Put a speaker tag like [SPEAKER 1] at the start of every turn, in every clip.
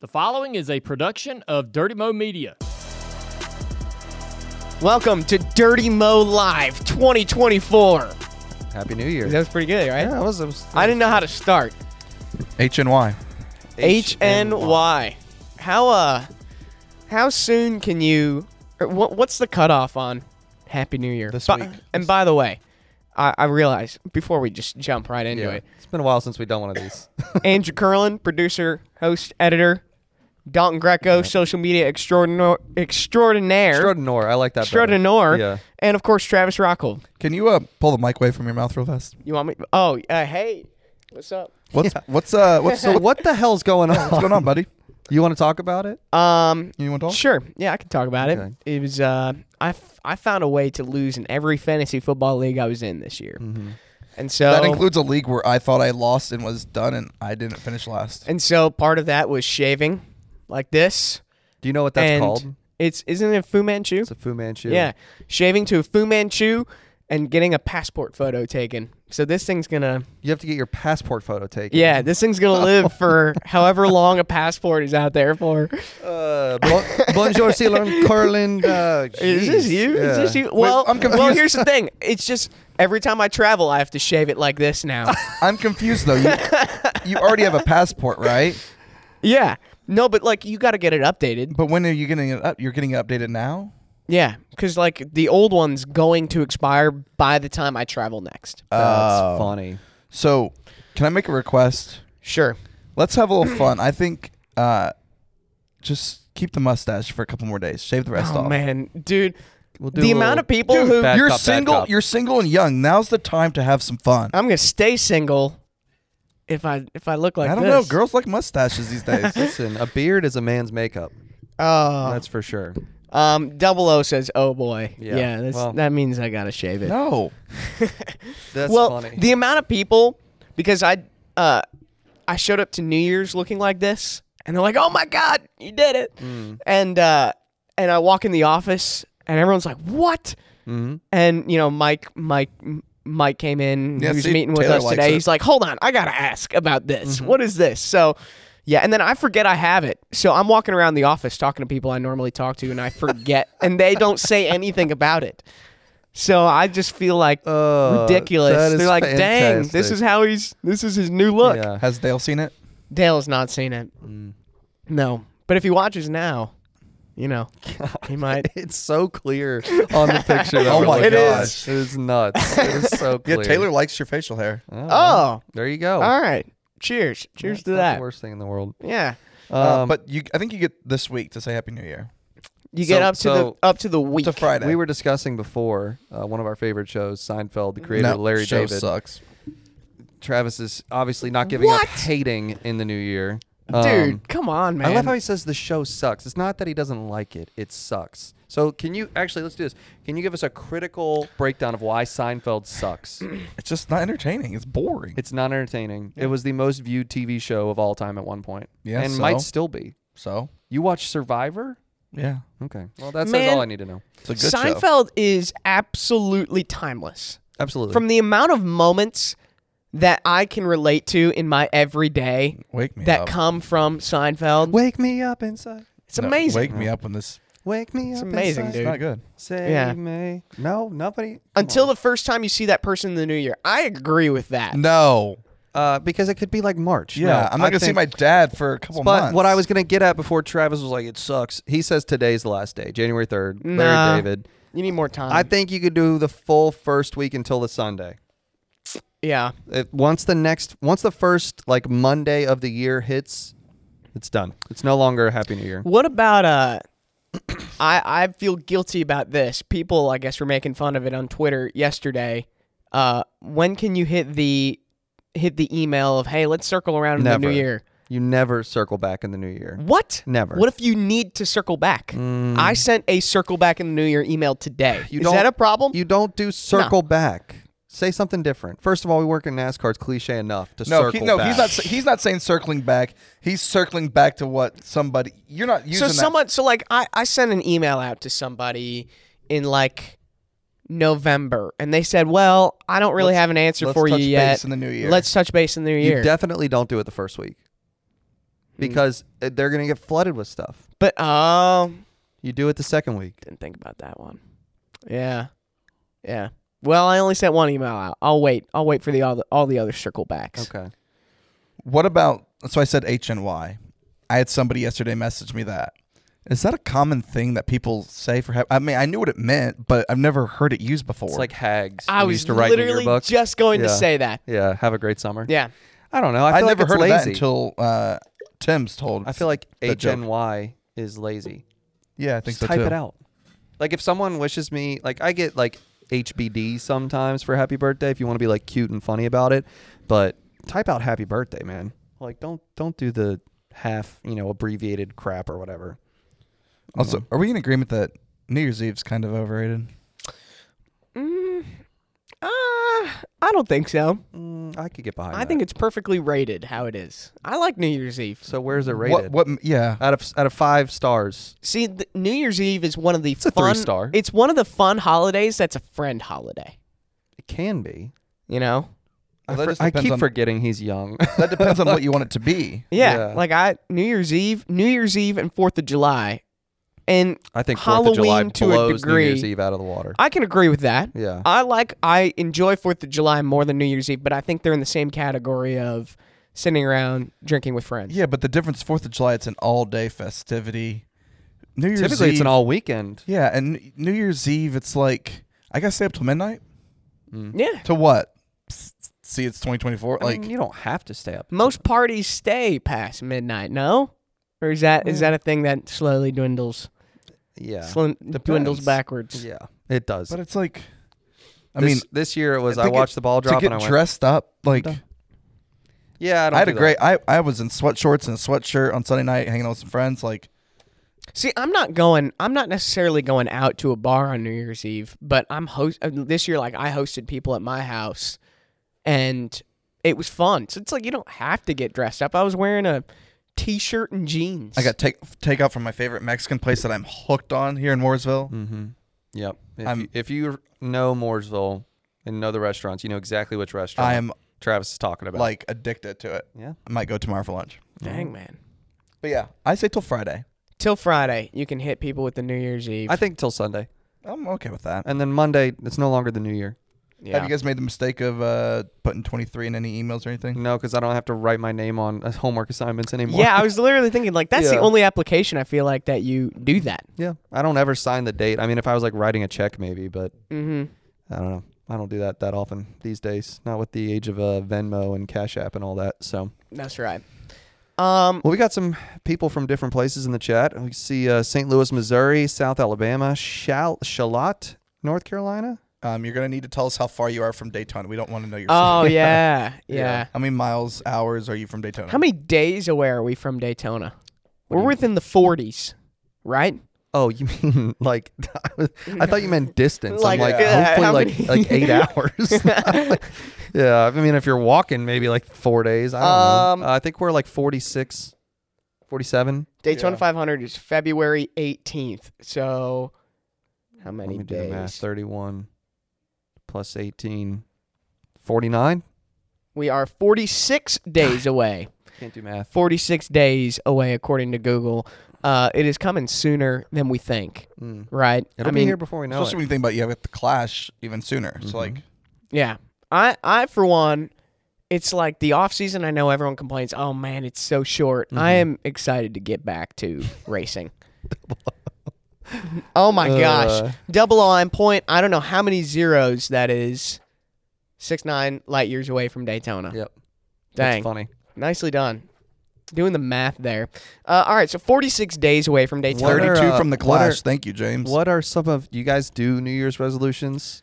[SPEAKER 1] The following is a production of Dirty Mo Media.
[SPEAKER 2] Welcome to Dirty Mo Live 2024.
[SPEAKER 3] Happy New Year.
[SPEAKER 2] That was pretty good, right?
[SPEAKER 3] Yeah, that was, that was-
[SPEAKER 2] I didn't know how to start.
[SPEAKER 3] HNY.
[SPEAKER 2] H N Y. How uh, how soon can you? Or what, what's the cutoff on Happy New Year?
[SPEAKER 3] This
[SPEAKER 2] Bu-
[SPEAKER 3] week.
[SPEAKER 2] And by the way, I, I realize before we just jump right into
[SPEAKER 3] Yeah.
[SPEAKER 2] it,
[SPEAKER 3] It's been a while since we've done one of these.
[SPEAKER 2] Andrew Curlin, producer, host, editor, Dalton Greco, social media extraordinaire, extraordinaire,
[SPEAKER 3] Extraordinaire. I like that. better.
[SPEAKER 2] extraordinaire,
[SPEAKER 3] Yeah.
[SPEAKER 2] and of course Travis Rockhold.
[SPEAKER 4] Can you uh, pull the mic away from your mouth real fast?
[SPEAKER 2] You want me? Oh, uh, hey, what's up?
[SPEAKER 4] What's what's uh what's
[SPEAKER 3] So what the hell's going on?
[SPEAKER 4] what's going on, buddy?
[SPEAKER 3] You want to talk about it?
[SPEAKER 2] Um,
[SPEAKER 4] You want to talk?
[SPEAKER 2] Sure. Yeah, I can talk about it.
[SPEAKER 3] Okay.
[SPEAKER 2] It was uh, I, f- I found a way to lose in every fantasy football league I was in this year,
[SPEAKER 3] Mm-hmm.
[SPEAKER 2] and so
[SPEAKER 4] That includes a league where I thought I lost and was done, and I didn't finish last.
[SPEAKER 2] and so part of that was shaving, like this.
[SPEAKER 3] Do you know what that's
[SPEAKER 2] and
[SPEAKER 3] called?
[SPEAKER 2] It's isn't it Fu Manchu?
[SPEAKER 3] It's a Fu Manchu.
[SPEAKER 2] yeah, shaving to a Fu Manchu and getting a passport photo taken. So this thing's gonna
[SPEAKER 3] You have to get your passport photo taken.
[SPEAKER 2] yeah, this thing's gonna live for however long a passport is out there for.
[SPEAKER 3] Uh, bon- bonjour, Ceylon, Carlin. Uh,
[SPEAKER 2] Is this
[SPEAKER 3] jeez.
[SPEAKER 2] you? Is this
[SPEAKER 3] Yeah.
[SPEAKER 2] you? Well,
[SPEAKER 4] I'm
[SPEAKER 2] Well,
[SPEAKER 4] confused.
[SPEAKER 2] here's the thing. It's just every time I travel, I have to shave it like this now.
[SPEAKER 4] I'm confused though. You, you already have a passport, right?
[SPEAKER 2] Yeah. No, but like you got to get it updated.
[SPEAKER 4] But when are you getting it up? You're getting it updated now.
[SPEAKER 2] Yeah, because like the old one's going to expire by the time I travel next.
[SPEAKER 3] That's funny.
[SPEAKER 4] So, can I make a request?
[SPEAKER 2] Sure.
[SPEAKER 4] Let's have a little fun. I think uh, just keep the mustache for a couple more days. Shave the rest
[SPEAKER 2] Oh
[SPEAKER 4] off.
[SPEAKER 2] man, dude,
[SPEAKER 3] do
[SPEAKER 2] the
[SPEAKER 3] a
[SPEAKER 2] amount
[SPEAKER 3] little-
[SPEAKER 2] of people
[SPEAKER 3] Dude,
[SPEAKER 2] who
[SPEAKER 3] back-
[SPEAKER 4] You're
[SPEAKER 3] up,
[SPEAKER 4] single.
[SPEAKER 3] up.
[SPEAKER 4] You're single and young. Now's the time to have some fun.
[SPEAKER 2] I'm gonna stay single. If I if I look like
[SPEAKER 4] I don't know.
[SPEAKER 2] this.
[SPEAKER 4] Girls like mustaches these days.
[SPEAKER 3] Listen, a beard is a man's makeup.
[SPEAKER 2] Oh,
[SPEAKER 3] That's for sure.
[SPEAKER 2] um, Double O says, "Oh boy, yeah,
[SPEAKER 3] Yeah,
[SPEAKER 2] that's,
[SPEAKER 3] well-
[SPEAKER 2] that means I gotta shave it."
[SPEAKER 4] no.
[SPEAKER 3] That's
[SPEAKER 2] well,
[SPEAKER 3] funny.
[SPEAKER 2] the amount of people because I uh, I showed up to New Year's looking like this, and they're like, "Oh my God, you did it!"
[SPEAKER 4] Mm.
[SPEAKER 2] And uh, and I walk in the office, and everyone's like, "What?"
[SPEAKER 4] Mm-hmm.
[SPEAKER 3] Mhm.
[SPEAKER 2] And you know, Mike, Mike, M- Mike came in.
[SPEAKER 4] Yeah,
[SPEAKER 2] he was
[SPEAKER 4] see,
[SPEAKER 2] meeting with
[SPEAKER 4] Taylor
[SPEAKER 2] us
[SPEAKER 4] likes
[SPEAKER 2] today.
[SPEAKER 4] it. Mm-hmm.
[SPEAKER 2] He's like, "Hold on, I gotta ask about this. What is this?" So. Yeah, and then I forget I have it. So I'm walking around the office talking to people I normally talk to, and I forget, and they don't say anything about it. So I just feel like
[SPEAKER 3] Uh,
[SPEAKER 2] ridiculous.
[SPEAKER 3] that
[SPEAKER 2] They're
[SPEAKER 3] is
[SPEAKER 2] like, dang, this
[SPEAKER 3] fantastic."
[SPEAKER 2] is how he's. This is his new look.
[SPEAKER 3] Yeah. Mm.
[SPEAKER 4] Has Dale seen it?
[SPEAKER 2] Dale's not seen it. No, but if he watches now, you know, he might.
[SPEAKER 3] It's so clear on the picture. that
[SPEAKER 4] Oh
[SPEAKER 3] we're
[SPEAKER 4] my
[SPEAKER 3] looking at.
[SPEAKER 4] gosh.
[SPEAKER 3] It is nuts. It is so
[SPEAKER 4] Yeah,
[SPEAKER 3] clear.
[SPEAKER 4] Taylor likes your facial hair.
[SPEAKER 3] Oh, well,
[SPEAKER 2] Oh,
[SPEAKER 3] there you go.
[SPEAKER 2] all right. Cheers. Cheers
[SPEAKER 3] That's
[SPEAKER 2] to
[SPEAKER 3] not
[SPEAKER 2] that.
[SPEAKER 3] The worst thing in the world.
[SPEAKER 2] Yeah,
[SPEAKER 4] Uh,
[SPEAKER 3] Um,
[SPEAKER 4] but you, I think you get this week to say Happy New Year.
[SPEAKER 2] you get
[SPEAKER 3] So-
[SPEAKER 2] up to
[SPEAKER 3] so-
[SPEAKER 2] the up to the week.
[SPEAKER 4] To Friday.
[SPEAKER 3] we were discussing before uh, one of our favorite shows, Seinfeld. The creator
[SPEAKER 4] No,
[SPEAKER 3] Larry
[SPEAKER 4] show
[SPEAKER 3] David.
[SPEAKER 4] sucks.
[SPEAKER 3] Travis is obviously not giving
[SPEAKER 2] What?
[SPEAKER 3] up hating in the new year.
[SPEAKER 2] dude.
[SPEAKER 3] Um,
[SPEAKER 2] come on, man.
[SPEAKER 3] I love how he says the show sucks. It's not that he doesn't like it; it sucks. So, can you actually let's do this? Can you give us a critical breakdown of why Seinfeld sucks?
[SPEAKER 4] It's just not entertaining. It's boring.
[SPEAKER 3] it's not entertaining. It was the most viewed TV show of all time at one point,
[SPEAKER 4] Yeah,
[SPEAKER 3] and
[SPEAKER 4] so?
[SPEAKER 3] might still be.
[SPEAKER 4] so
[SPEAKER 3] You watch Survivor?
[SPEAKER 4] yeah,
[SPEAKER 3] Okay. Well, that's
[SPEAKER 2] Man.
[SPEAKER 3] all I need to know.
[SPEAKER 4] it's a good show.
[SPEAKER 2] Seinfeld is absolutely timeless.
[SPEAKER 3] Absolutely.
[SPEAKER 2] From the amount of moments that I can relate to in my everyday
[SPEAKER 4] Wake
[SPEAKER 3] Mm,
[SPEAKER 4] me
[SPEAKER 2] that
[SPEAKER 4] up.
[SPEAKER 2] come from Seinfeld.
[SPEAKER 3] Wake me up inside.
[SPEAKER 2] it's amazing.
[SPEAKER 4] Wake me up when this.
[SPEAKER 3] Wake me
[SPEAKER 2] It's
[SPEAKER 3] up
[SPEAKER 2] amazing,
[SPEAKER 3] inside.
[SPEAKER 2] dude.
[SPEAKER 4] It's not good.
[SPEAKER 3] Save
[SPEAKER 2] Yeah.
[SPEAKER 3] me. No, nobody.
[SPEAKER 2] Until the first time you see that person in the new year, I agree with that.
[SPEAKER 4] No.
[SPEAKER 3] uh, because it could be like March.
[SPEAKER 4] Yeah,
[SPEAKER 3] No,
[SPEAKER 4] I'm not
[SPEAKER 3] I
[SPEAKER 4] gonna see
[SPEAKER 3] think-
[SPEAKER 4] my dad for a couple
[SPEAKER 3] But
[SPEAKER 4] months.
[SPEAKER 3] what I was gonna get at before Travis was like, "It sucks." He says today's the last day, January third.
[SPEAKER 2] Nah. Um,
[SPEAKER 3] Larry David.
[SPEAKER 2] You need more time.
[SPEAKER 3] I think you could do the full first week until the Sunday.
[SPEAKER 2] yeah.
[SPEAKER 3] If once the next, once the first like Monday of the year hits, it's done. It's no longer a Happy New Year.
[SPEAKER 2] What about uh I I feel guilty about this. People I guess were making fun of it on Twitter yesterday. Uh when can you hit the hit the email of hey, let's circle around in the
[SPEAKER 3] Never.
[SPEAKER 2] new year?
[SPEAKER 3] You never circle back in the new year.
[SPEAKER 2] What?
[SPEAKER 3] Never.
[SPEAKER 2] What if you need to circle back? I sent a circle back in the new year email today.
[SPEAKER 3] You
[SPEAKER 2] Is
[SPEAKER 3] don't-
[SPEAKER 2] that a problem?
[SPEAKER 3] You don't do circle back. Say something different. First of all, we work in NASCAR. It's cliche enough to
[SPEAKER 4] No,
[SPEAKER 3] circle
[SPEAKER 4] he, no,
[SPEAKER 3] back.
[SPEAKER 4] he's not. He's not saying circling back. He's circling back to what somebody. You're not using
[SPEAKER 2] so
[SPEAKER 4] that.
[SPEAKER 2] someone so like I, I sent an email out to somebody in like November and they said, Well, I don't really
[SPEAKER 4] Let's-
[SPEAKER 2] have an answer
[SPEAKER 4] let's
[SPEAKER 2] for
[SPEAKER 4] touch
[SPEAKER 2] you yet.
[SPEAKER 4] base in the new year.
[SPEAKER 2] Let's touch base in the new year.
[SPEAKER 3] You definitely don't do it the first week
[SPEAKER 4] Hmm.
[SPEAKER 3] because uh, they're going to get flooded with stuff.
[SPEAKER 2] But um,
[SPEAKER 3] You do it the second week.
[SPEAKER 2] didn't think about that one. Yeah, yeah. Well, I only sent one email out. I'll wait. I'll wait for the all the, all the other circle backs.
[SPEAKER 3] Okay.
[SPEAKER 4] What about? So I said H and Y. I had somebody yesterday message me that. Is that a common thing that people say for? hap- I mean, I knew what it meant, but I've never heard it used before.
[SPEAKER 3] It's like hags.
[SPEAKER 2] I
[SPEAKER 3] you
[SPEAKER 2] was
[SPEAKER 3] used to write in your
[SPEAKER 2] literally
[SPEAKER 3] book.
[SPEAKER 2] just going to
[SPEAKER 3] Yeah.
[SPEAKER 2] say that.
[SPEAKER 3] Yeah. Have a great summer.
[SPEAKER 2] Yeah.
[SPEAKER 3] I don't know. I
[SPEAKER 4] I
[SPEAKER 3] feel like
[SPEAKER 4] never
[SPEAKER 3] it's
[SPEAKER 4] heard
[SPEAKER 3] lazy.
[SPEAKER 4] of that until uh, Tim's told.
[SPEAKER 3] I feel like
[SPEAKER 4] the joke.
[SPEAKER 3] HNY is lazy.
[SPEAKER 4] Yeah, I think
[SPEAKER 3] Just
[SPEAKER 4] so
[SPEAKER 3] type
[SPEAKER 4] too.
[SPEAKER 3] it out. Like if someone wishes me, like I get like HBD sometimes for happy birthday if you want to be like cute and funny about it, but type out happy birthday, man. Like don't don't do the half, you know, abbreviated crap or whatever.
[SPEAKER 4] Also, are we in agreement that New Year's Eve's kind of overrated?
[SPEAKER 2] Uh, I don't think so.
[SPEAKER 3] Mm, I could get behind.
[SPEAKER 2] I
[SPEAKER 3] that.
[SPEAKER 2] think it's perfectly rated how it is. I like New Year's Eve.
[SPEAKER 3] so. Where's it
[SPEAKER 4] What?
[SPEAKER 3] rated?
[SPEAKER 4] What? Yeah.
[SPEAKER 3] out of out of five stars?
[SPEAKER 2] See, th- New Year's Eve is one of the
[SPEAKER 3] a
[SPEAKER 2] fun.
[SPEAKER 3] three-star.
[SPEAKER 2] It's one of the fun holidays. That's a friend holiday.
[SPEAKER 3] It can be.
[SPEAKER 2] You know.
[SPEAKER 3] I,
[SPEAKER 4] Well, that
[SPEAKER 3] for-
[SPEAKER 4] just
[SPEAKER 3] I
[SPEAKER 4] depends
[SPEAKER 3] keep
[SPEAKER 4] on-
[SPEAKER 3] forgetting he's young.
[SPEAKER 4] That depends on what you want it to be.
[SPEAKER 2] Yeah,
[SPEAKER 3] Yeah.
[SPEAKER 2] Like I New Year's Eve, New Year's Eve, and Fourth of July, and
[SPEAKER 3] I think Fourth
[SPEAKER 2] Halloween
[SPEAKER 3] of July
[SPEAKER 2] to a
[SPEAKER 3] blows New
[SPEAKER 2] degree.
[SPEAKER 3] Year's Eve out of the water.
[SPEAKER 2] I can agree with that.
[SPEAKER 3] Yeah.
[SPEAKER 2] I like I enjoy Fourth of July more than New Year's Eve, but I think they're in the same category of sitting around drinking with friends.
[SPEAKER 4] Yeah, but the difference Fourth of July, it's an all-day festivity. New Year's
[SPEAKER 3] Typically,
[SPEAKER 4] Eve,
[SPEAKER 3] it's an all weekend.
[SPEAKER 4] Yeah, and New Year's Eve, it's like I gotta stay up till midnight
[SPEAKER 2] Yeah.
[SPEAKER 4] to what? S- See, it's 2024.
[SPEAKER 3] I
[SPEAKER 4] like,
[SPEAKER 3] mean, you don't have to stay up.
[SPEAKER 2] Most parties stay past midnight, no? Or is that is that a thing that slowly dwindles
[SPEAKER 3] Mm. Yeah.
[SPEAKER 2] slim, dwindles
[SPEAKER 4] depends.
[SPEAKER 2] backwards?
[SPEAKER 3] Yeah. It does.
[SPEAKER 4] but it's like, I
[SPEAKER 3] I mean,
[SPEAKER 4] mean,
[SPEAKER 3] this, this year it was
[SPEAKER 4] I
[SPEAKER 3] I,
[SPEAKER 4] think it-
[SPEAKER 3] watched the ball drop
[SPEAKER 4] to
[SPEAKER 3] and I
[SPEAKER 4] get
[SPEAKER 3] went.
[SPEAKER 4] dressed up. Like,
[SPEAKER 3] done. yeah, I, don't
[SPEAKER 4] I had
[SPEAKER 3] do
[SPEAKER 4] a
[SPEAKER 3] that.
[SPEAKER 4] great. I I was in sweatshorts and a sweatshirt on Sunday night, hanging out with some friends. Like,
[SPEAKER 2] See, I'm not going. I'm not necessarily going out to a bar on New Year's Eve, but I'm host uh, this year. Like I hosted people at my house, and it was fun. So it's like you don't have to get dressed up. I was wearing a t-shirt and jeans.
[SPEAKER 4] I got take take out from my favorite Mexican place that I'm hooked on here in Mooresville.
[SPEAKER 2] Mm.
[SPEAKER 3] Yep. If
[SPEAKER 4] I'm-
[SPEAKER 3] you, if you know Mooresville and know the restaurants, you know exactly which restaurant
[SPEAKER 4] I am
[SPEAKER 3] Travis is talking about.
[SPEAKER 4] like addicted to it.
[SPEAKER 3] Yeah.
[SPEAKER 4] I might go tomorrow for lunch.
[SPEAKER 2] dang man.
[SPEAKER 4] But yeah, I say till Friday.
[SPEAKER 2] Till Friday, you can hit people with the New Year's Eve.
[SPEAKER 3] I think till Sunday,
[SPEAKER 4] I'm okay with that.
[SPEAKER 3] and then Monday it's no longer the New Year.
[SPEAKER 2] yeah.
[SPEAKER 4] Have you guys made the mistake of uh, putting 23 in any emails or anything?
[SPEAKER 2] Mm.
[SPEAKER 3] No, because I don't have to write my name on uh, homework assignments anymore.
[SPEAKER 2] yeah, I was literally thinking like that's the
[SPEAKER 3] Yeah.
[SPEAKER 2] only application I feel like that you do that.
[SPEAKER 3] yeah. I don't ever sign the date. I mean, if I was like writing a check, maybe, but
[SPEAKER 2] Mm-hmm.
[SPEAKER 3] I don't know. I don't do that that often these days. Not with the age of uh, Venmo and Cash App and all that. So.
[SPEAKER 2] That's right. Um,
[SPEAKER 3] Well, we got some people from different places in the chat. We see uh, St. Louis, Missouri, South Alabama, Shal- Charlotte, North Carolina.
[SPEAKER 4] Um, you're gonna need to tell us how far you are from Daytona. We don't want to know your.
[SPEAKER 2] oh yeah, yeah.
[SPEAKER 4] How many miles, hours are you from Daytona?
[SPEAKER 2] How many days away are we from Daytona? We're within the 40s, right?
[SPEAKER 3] Oh, you mean like I, was, I thought you meant distance.
[SPEAKER 2] Like,
[SPEAKER 3] I'm like
[SPEAKER 2] uh, how
[SPEAKER 3] hopefully
[SPEAKER 2] many-
[SPEAKER 3] like like eight hours. yeah, I mean if you're walking maybe like four days. I don't know.
[SPEAKER 2] Um,
[SPEAKER 3] Uh, I think we're like 46, 47.
[SPEAKER 2] Daytona 500 is February 18th. So, how many
[SPEAKER 3] Let me do the math.
[SPEAKER 2] days?
[SPEAKER 3] Thirty-one plus eighteen. Forty-nine.
[SPEAKER 2] We are 46 days away.
[SPEAKER 3] Can't do math.
[SPEAKER 2] 46 days away, according to Google. Uh, it is coming sooner than we think,
[SPEAKER 3] Hmm.
[SPEAKER 2] right?
[SPEAKER 3] It'll
[SPEAKER 2] I
[SPEAKER 3] be
[SPEAKER 2] mean,
[SPEAKER 3] here before we know
[SPEAKER 4] Especially
[SPEAKER 3] it.
[SPEAKER 4] when you think about you have the Clash even sooner. So like,
[SPEAKER 2] Mm-hmm. Yeah. I I for one, it's like the off season I know everyone complains, "Oh man, it's so short." I am excited to get back to racing. oh my
[SPEAKER 3] Uh.
[SPEAKER 2] gosh. Double on point. I don't know how many zeros that is. 6-9 light years away from Daytona.
[SPEAKER 3] Yep.
[SPEAKER 2] Dang.
[SPEAKER 3] That's funny.
[SPEAKER 2] Nicely done. Doing the math there. Uh, all right, so 46 days away from Daytona.
[SPEAKER 3] What are,
[SPEAKER 4] 32
[SPEAKER 3] uh,
[SPEAKER 4] from the
[SPEAKER 3] what are-
[SPEAKER 4] Clash. Thank you, James.
[SPEAKER 3] What are some of you guys do New Year's resolutions?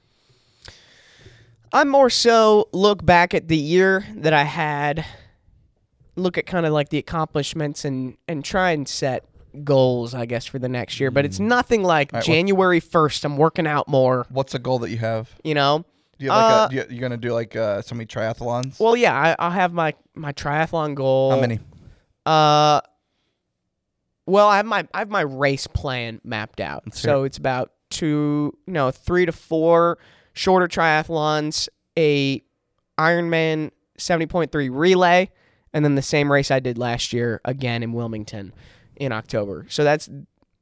[SPEAKER 2] I more so look back at the year that I had, look at kind of like the accomplishments and and try and set goals, I guess, for the next year. But it's nothing like
[SPEAKER 4] right, what-
[SPEAKER 2] January first. I'm working out more,
[SPEAKER 4] What's a goal that you have?
[SPEAKER 2] you know.
[SPEAKER 4] Do you have like
[SPEAKER 2] Uh,
[SPEAKER 4] a, do you, you're gonna do like uh, so many triathlons?
[SPEAKER 2] Well, yeah, I, I'll have my my triathlon goal.
[SPEAKER 4] How many?
[SPEAKER 2] Uh, well, I have my I have my race plan mapped out.
[SPEAKER 4] Let's hear
[SPEAKER 2] so it's about two, no, three to four shorter triathlons, a Ironman seventy point three relay, and then the same race I did last year again in Wilmington in October. So that's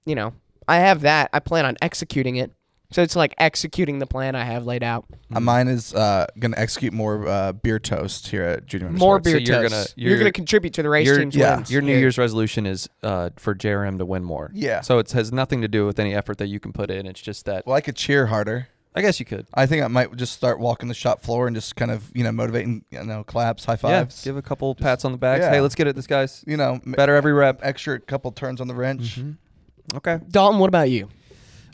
[SPEAKER 2] you know I have that. I plan on executing it. So it's like executing the plan I have laid out.
[SPEAKER 3] Mm-hmm.
[SPEAKER 4] Uh, mine is uh, gonna execute more uh, beer toast here at Junior. Minor
[SPEAKER 2] More
[SPEAKER 4] Sports.
[SPEAKER 2] beer
[SPEAKER 3] So you're
[SPEAKER 2] toast.
[SPEAKER 3] gonna-
[SPEAKER 2] you're,
[SPEAKER 3] you're-
[SPEAKER 2] gonna contribute to the race
[SPEAKER 3] your,
[SPEAKER 2] team's
[SPEAKER 4] yeah,
[SPEAKER 2] wins.
[SPEAKER 3] your New Year's resolution is uh, for JRM to win more.
[SPEAKER 4] Yeah.
[SPEAKER 3] So it has nothing to do with any effort that you can put in. It's just that
[SPEAKER 4] Well, I could cheer harder.
[SPEAKER 3] I guess you could.
[SPEAKER 4] I think I might just start walking the shop floor and just kind of you know motivating you know claps, high
[SPEAKER 3] Yeah.
[SPEAKER 4] fives.
[SPEAKER 3] Give a couple pats on the back.
[SPEAKER 4] yeah.
[SPEAKER 3] Hey, let's get it, this guy's
[SPEAKER 4] you know m-
[SPEAKER 3] better every rep. Mm-hmm.
[SPEAKER 4] extra couple turns on the wrench.
[SPEAKER 3] Okay.
[SPEAKER 2] Dalton, what about you?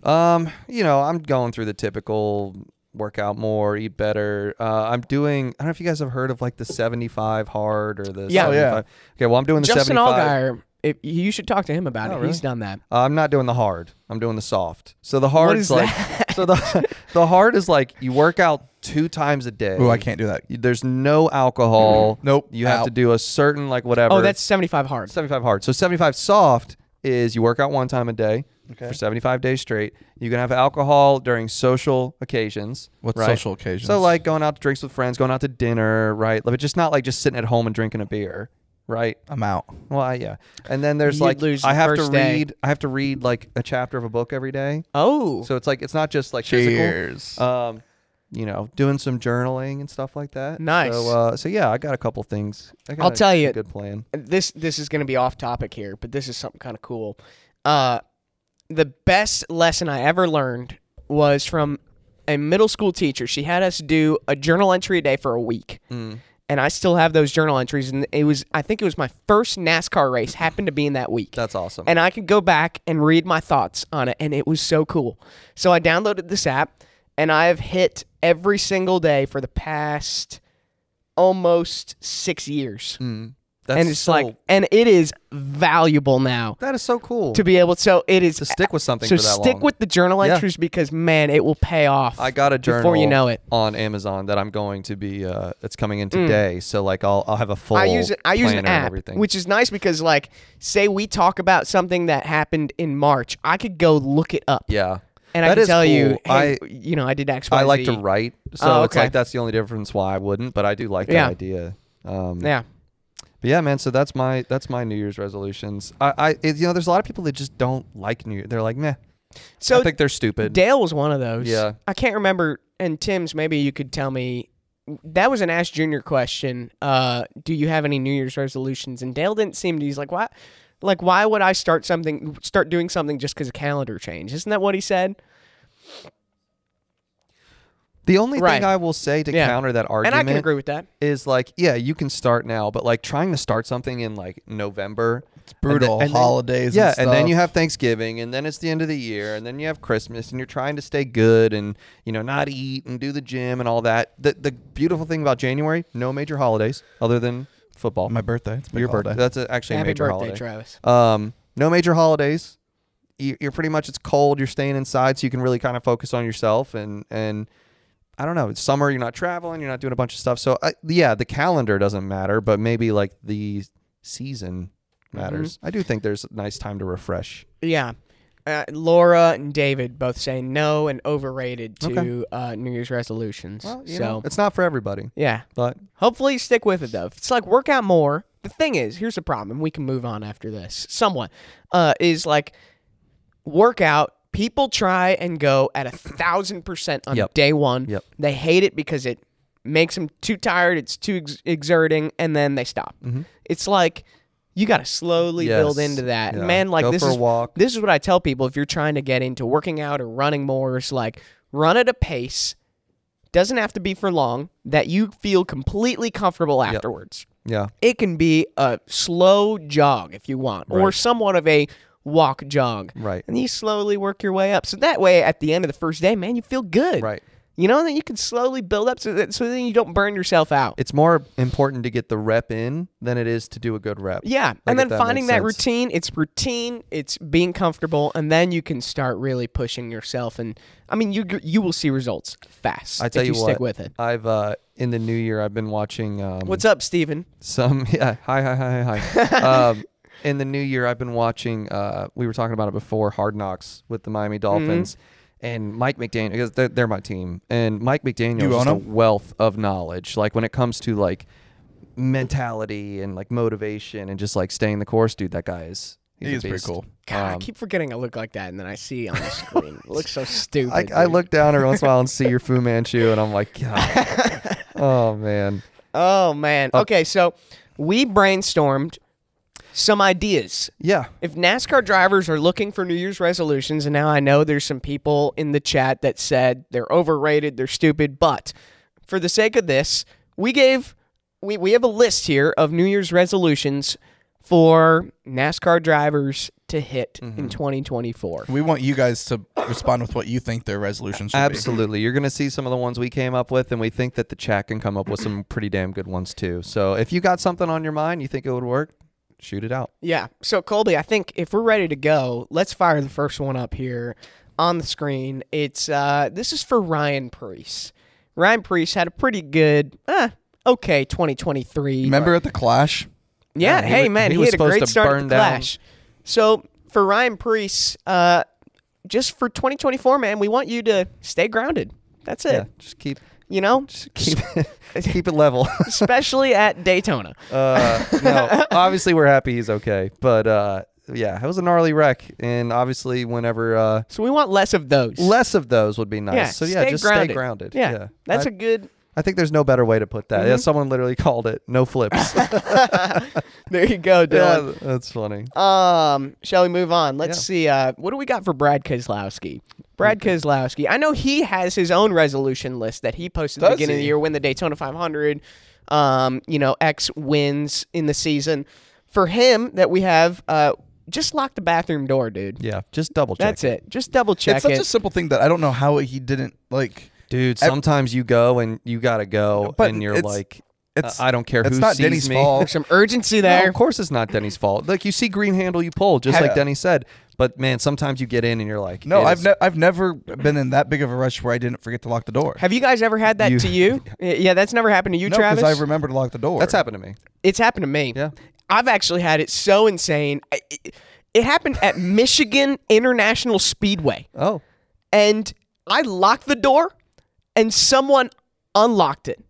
[SPEAKER 3] Um, you know, I'm going through the typical workout more, eat better. Uh, I'm doing. I don't know if you guys have heard of like the 75 hard or the
[SPEAKER 2] Yeah. Oh,
[SPEAKER 4] yeah.
[SPEAKER 3] 75. Okay. Well, I'm doing the
[SPEAKER 2] Justin
[SPEAKER 3] 75.
[SPEAKER 2] Allgaier, if, you should talk to him about it. He's done that.
[SPEAKER 3] Uh, I'm not doing the hard. I'm doing the soft. So the hard
[SPEAKER 2] is
[SPEAKER 3] like so the the hard is like you work out two times a day.
[SPEAKER 4] Oh, I can't do that.
[SPEAKER 3] You- There's no alcohol.
[SPEAKER 4] Nope.
[SPEAKER 3] You have
[SPEAKER 4] Out.
[SPEAKER 3] to do a certain like whatever.
[SPEAKER 2] Oh, that's 75 hard.
[SPEAKER 3] 75 hard. So 75 soft is you work out one time a day for 75 days straight. You can have alcohol during social occasions.
[SPEAKER 4] What's
[SPEAKER 3] right?
[SPEAKER 4] social occasions?
[SPEAKER 3] So like going out to drinks with friends, going out to dinner, right? Like, But just not like just sitting at home and drinking a beer, right?
[SPEAKER 4] I'm out.
[SPEAKER 3] Well, I, yeah. And then there's
[SPEAKER 2] You'd
[SPEAKER 3] like
[SPEAKER 2] lose
[SPEAKER 3] I
[SPEAKER 2] the
[SPEAKER 3] have to
[SPEAKER 2] first day.
[SPEAKER 3] read I have to read like a chapter of a book every day.
[SPEAKER 2] Oh,
[SPEAKER 3] So it's like it's not just like
[SPEAKER 4] Cheers.
[SPEAKER 3] physical. Um, you know, doing some journaling and stuff like that.
[SPEAKER 2] Nice.
[SPEAKER 3] So, uh, so yeah, I got a couple things. I got
[SPEAKER 2] I'll
[SPEAKER 3] a-
[SPEAKER 2] tell
[SPEAKER 3] a
[SPEAKER 2] you.
[SPEAKER 3] good plan.
[SPEAKER 2] this this is going to be off topic here, but this is something kind of cool. Uh, the best lesson I ever learned was from a middle school teacher. She had us do a journal entry a day for a week. And I still have those journal entries, and it was—I think it was my first NASCAR race. Happened to be in that week.
[SPEAKER 3] That's awesome.
[SPEAKER 2] and I could go back and read my thoughts on it, and it was so cool. So I downloaded this app, and I have hit every single day for the past almost six years,
[SPEAKER 3] Hmm. That's
[SPEAKER 2] and it's
[SPEAKER 3] so-
[SPEAKER 2] like, and it is valuable now
[SPEAKER 3] that is so cool
[SPEAKER 2] to be able. So it is
[SPEAKER 3] to stick with something.
[SPEAKER 2] So
[SPEAKER 3] for that
[SPEAKER 2] stick
[SPEAKER 3] long.
[SPEAKER 2] with the journal
[SPEAKER 3] Yeah.
[SPEAKER 2] entries because man, it will pay off.
[SPEAKER 3] I got a journal
[SPEAKER 2] before you know it. Mm.
[SPEAKER 3] on Amazon that I'm going to be. Uh, it's coming in today, so like I'll I'll have a full.
[SPEAKER 2] I use it. I use an
[SPEAKER 3] planner
[SPEAKER 2] app,
[SPEAKER 3] and everything.
[SPEAKER 2] which is nice because, like, say we talk about something that happened in March, I could go look it up.
[SPEAKER 3] yeah,
[SPEAKER 2] and I
[SPEAKER 3] That
[SPEAKER 2] can
[SPEAKER 3] is
[SPEAKER 2] tell you,
[SPEAKER 3] cool.
[SPEAKER 2] hey,
[SPEAKER 3] I
[SPEAKER 2] you know, I did X, Y,
[SPEAKER 3] I like to
[SPEAKER 2] Z.
[SPEAKER 3] write, so
[SPEAKER 2] Oh,
[SPEAKER 3] it's
[SPEAKER 2] okay.
[SPEAKER 3] like that's the only difference why I wouldn't, but I do like that
[SPEAKER 2] Yeah.
[SPEAKER 3] idea. Um,
[SPEAKER 2] Yeah,
[SPEAKER 3] But yeah, man. So that's my that's my New Year's resolutions. I, I it, you know, there's a lot of people that just don't like New. Year. They're like, meh.
[SPEAKER 2] So
[SPEAKER 3] I think they're stupid.
[SPEAKER 2] Dale was one of those.
[SPEAKER 3] Yeah.
[SPEAKER 2] I can't remember. And Tim's, maybe you could tell me. That was an Ash Junior question. Uh, do you have any New Year's resolutions? And Dale didn't seem to. He's like, why? Like, why would I start something? Start doing something just because a calendar change? Isn't that what he said?
[SPEAKER 3] the only
[SPEAKER 2] Right.
[SPEAKER 3] thing I will say to
[SPEAKER 2] Yeah.
[SPEAKER 3] counter that
[SPEAKER 2] And
[SPEAKER 3] argument
[SPEAKER 2] I can agree with that.
[SPEAKER 3] is like, yeah, you can start now, but like trying to start something in like November, it's
[SPEAKER 4] brutal. Holidays and
[SPEAKER 3] yeah, and then
[SPEAKER 4] stuff.
[SPEAKER 3] you have Thanksgiving, and then it's the end of the year, and then you have Christmas, and you're trying to stay good and you know not eat and do the gym and all that. The the beautiful thing about January, no major holidays other than football.
[SPEAKER 4] My birthday. It's my
[SPEAKER 3] Your
[SPEAKER 4] holiday.
[SPEAKER 3] birthday. That's a, actually
[SPEAKER 2] Happy
[SPEAKER 3] a major
[SPEAKER 2] birthday,
[SPEAKER 3] holiday.
[SPEAKER 2] Travis.
[SPEAKER 3] Um, no major holidays. You- You're pretty much it's cold. You're staying inside, so you can really kind of focus on yourself and and I don't know. It's summer. You're not traveling. You're not doing a bunch of stuff. So I, yeah, the calendar doesn't matter, but maybe like Mm-hmm. the season matters. I do think there's a nice time to refresh.
[SPEAKER 2] Yeah. uh, Laura and David both say no and overrated to uh, New Year's resolutions.
[SPEAKER 3] Well, you
[SPEAKER 2] so
[SPEAKER 3] know, it's not for everybody,
[SPEAKER 2] yeah,
[SPEAKER 3] but
[SPEAKER 2] hopefully stick with it though. If it's like work out more. The thing is, here's the problem, and we can move on after this. Somewhat uh, is like workout. People try and go at a thousand percent on
[SPEAKER 3] Yep.
[SPEAKER 2] day one.
[SPEAKER 3] Yep.
[SPEAKER 2] They hate it because it makes them too tired. It's too ex- exerting, and then they stop.
[SPEAKER 3] Mm-hmm.
[SPEAKER 2] It's like you got to slowly
[SPEAKER 3] Yes.
[SPEAKER 2] build into that,
[SPEAKER 3] Yeah.
[SPEAKER 2] man. Like
[SPEAKER 3] Go
[SPEAKER 2] this
[SPEAKER 3] for a
[SPEAKER 2] is
[SPEAKER 3] walk.
[SPEAKER 2] this is what I tell people if you're trying to get into working out or running more. It's like run at a pace doesn't have to be for long that you feel completely comfortable afterwards.
[SPEAKER 3] yeah,
[SPEAKER 2] It can be a slow jog if you want, or
[SPEAKER 3] Right.
[SPEAKER 2] somewhat of a walk jog.
[SPEAKER 3] Right.
[SPEAKER 2] And you slowly work your way up. So that way, at the end of the first day, man, you feel good.
[SPEAKER 3] Right.
[SPEAKER 2] You know, and then you can slowly build up so that so then you don't burn yourself out.
[SPEAKER 3] it's more important to get the rep in than it is to do a good rep.
[SPEAKER 2] yeah.
[SPEAKER 3] Like, if
[SPEAKER 2] and then
[SPEAKER 3] that
[SPEAKER 2] finding
[SPEAKER 3] makes
[SPEAKER 2] that
[SPEAKER 3] sense.
[SPEAKER 2] routine, it's routine, it's being comfortable, and then you can start really pushing yourself. And I mean, you you will see results fast
[SPEAKER 3] I tell
[SPEAKER 2] if
[SPEAKER 3] you,
[SPEAKER 2] you, stick
[SPEAKER 3] what,
[SPEAKER 2] with it.
[SPEAKER 3] I've uh, in the new year, I've been watching. Um,
[SPEAKER 2] What's up, Steven?
[SPEAKER 3] Some yeah. Hi hi hi hi. hi. um, in the new year, I've been watching. Uh, we were talking about it before. Hard Knocks with the
[SPEAKER 4] Mm-hmm.
[SPEAKER 3] Miami Dolphins. And Mike McDaniel, because they're, they're my team, and Mike McDaniel
[SPEAKER 4] You
[SPEAKER 3] is
[SPEAKER 4] own
[SPEAKER 3] just a
[SPEAKER 4] 'em?
[SPEAKER 3] wealth of knowledge. Like when it comes to like mentality and like motivation and just like staying the course, dude. That guy is he's, a
[SPEAKER 4] He's pretty
[SPEAKER 3] beast.
[SPEAKER 4] cool.
[SPEAKER 2] God, I keep forgetting I look like that, and then I see on the screen. it looks so stupid.
[SPEAKER 3] um, I, I
[SPEAKER 2] dude.
[SPEAKER 3] look down every once in a while and see your Fu Manchu, and I'm like, God. oh man,
[SPEAKER 2] Oh man. Okay, so we brainstormed some ideas.
[SPEAKER 3] yeah.
[SPEAKER 2] If NASCAR drivers are looking for New Year's resolutions, and now I know there's some people in the chat that said they're overrated, they're stupid, but for the sake of this, we gave we, we have a list here of New Year's resolutions for NASCAR drivers to hit in 2024.
[SPEAKER 4] Mm-hmm. We want you guys to respond with what you think their resolution should
[SPEAKER 3] Absolutely. You're going to see some of the ones we came up with, and we think that the chat can come up with some pretty damn good ones, too. So if you got something on your mind, you think it would work, shoot it out.
[SPEAKER 2] Yeah. So Colby, I think if we're ready to go, let's fire the first one up here on the screen. It's uh this is for Ryan Priest. Ryan Priest had a pretty good uh okay 2023.
[SPEAKER 4] be. Remember at the Clash?
[SPEAKER 2] yeah,
[SPEAKER 3] Uh, he
[SPEAKER 2] hey
[SPEAKER 3] wa-
[SPEAKER 2] man,
[SPEAKER 3] he
[SPEAKER 2] he,
[SPEAKER 3] was
[SPEAKER 2] had a
[SPEAKER 3] supposed
[SPEAKER 2] great
[SPEAKER 3] to
[SPEAKER 2] start at
[SPEAKER 3] burn
[SPEAKER 2] the
[SPEAKER 3] down-
[SPEAKER 2] Clash. So for Ryan Priest, uh just for 2024, man, we want you to stay grounded. That's it.
[SPEAKER 3] Yeah. Just keep
[SPEAKER 2] You know,
[SPEAKER 3] keep keep it level.
[SPEAKER 2] especially at Daytona.
[SPEAKER 3] Uh, no, obviously we're happy he's okay, but uh, yeah, it was a gnarly wreck, and obviously whenever uh,
[SPEAKER 2] So we want less of those.
[SPEAKER 3] less of those would be nice.
[SPEAKER 2] yeah,
[SPEAKER 3] so yeah,
[SPEAKER 2] stay
[SPEAKER 3] just stay grounded.
[SPEAKER 2] Yeah, that's
[SPEAKER 3] I-
[SPEAKER 2] a Mm-hmm. good
[SPEAKER 3] I think there's no better way to put that. Yeah, someone literally called it no flips.
[SPEAKER 2] There you go, Dylan.
[SPEAKER 3] yeah, that's funny.
[SPEAKER 2] Um, shall we move on? Let's
[SPEAKER 3] Yeah.
[SPEAKER 2] see. Uh, what do we got for Brad Keselowski? Brad Keselowski. I know he has his own resolution list that he posted at the
[SPEAKER 4] Does
[SPEAKER 2] beginning of the
[SPEAKER 4] he?
[SPEAKER 2] year. Win the Daytona 500. Um, you know, X wins in the season. For him, that we have, uh, just lock the bathroom door, dude.
[SPEAKER 3] Yeah, just double check.
[SPEAKER 2] That's it. Just double check
[SPEAKER 4] it's such
[SPEAKER 2] it.
[SPEAKER 4] a simple thing that I don't know how he didn't like.
[SPEAKER 3] Dude, sometimes you go and you gotta go,
[SPEAKER 4] But
[SPEAKER 3] and you're
[SPEAKER 4] it's-
[SPEAKER 3] like,
[SPEAKER 4] it's-
[SPEAKER 3] I I don't care
[SPEAKER 4] It's
[SPEAKER 3] who
[SPEAKER 4] not
[SPEAKER 3] sees
[SPEAKER 4] Denny's
[SPEAKER 3] me.
[SPEAKER 4] fault.
[SPEAKER 2] Some urgency
[SPEAKER 3] No,
[SPEAKER 2] there.
[SPEAKER 3] of course, it's not Denny's fault. Like you see green handle, you pull, just like
[SPEAKER 4] Yeah.
[SPEAKER 3] Denny said. But man, sometimes you get in and you're like,
[SPEAKER 4] No,
[SPEAKER 3] it
[SPEAKER 4] I've
[SPEAKER 3] is-
[SPEAKER 4] ne- I've never been in that big of a rush where I didn't forget to lock the door.
[SPEAKER 2] have you guys ever had that
[SPEAKER 3] You-
[SPEAKER 2] to you? yeah, that's never happened to you,
[SPEAKER 4] no,
[SPEAKER 2] Travis.
[SPEAKER 4] I remember to lock the door.
[SPEAKER 3] that's happened to me.
[SPEAKER 2] It's happened to me.
[SPEAKER 3] Yeah.
[SPEAKER 2] I've actually had it so insane. I- It, it happened at Michigan International Speedway.
[SPEAKER 3] Oh,
[SPEAKER 2] And I locked the door and someone unlocked it.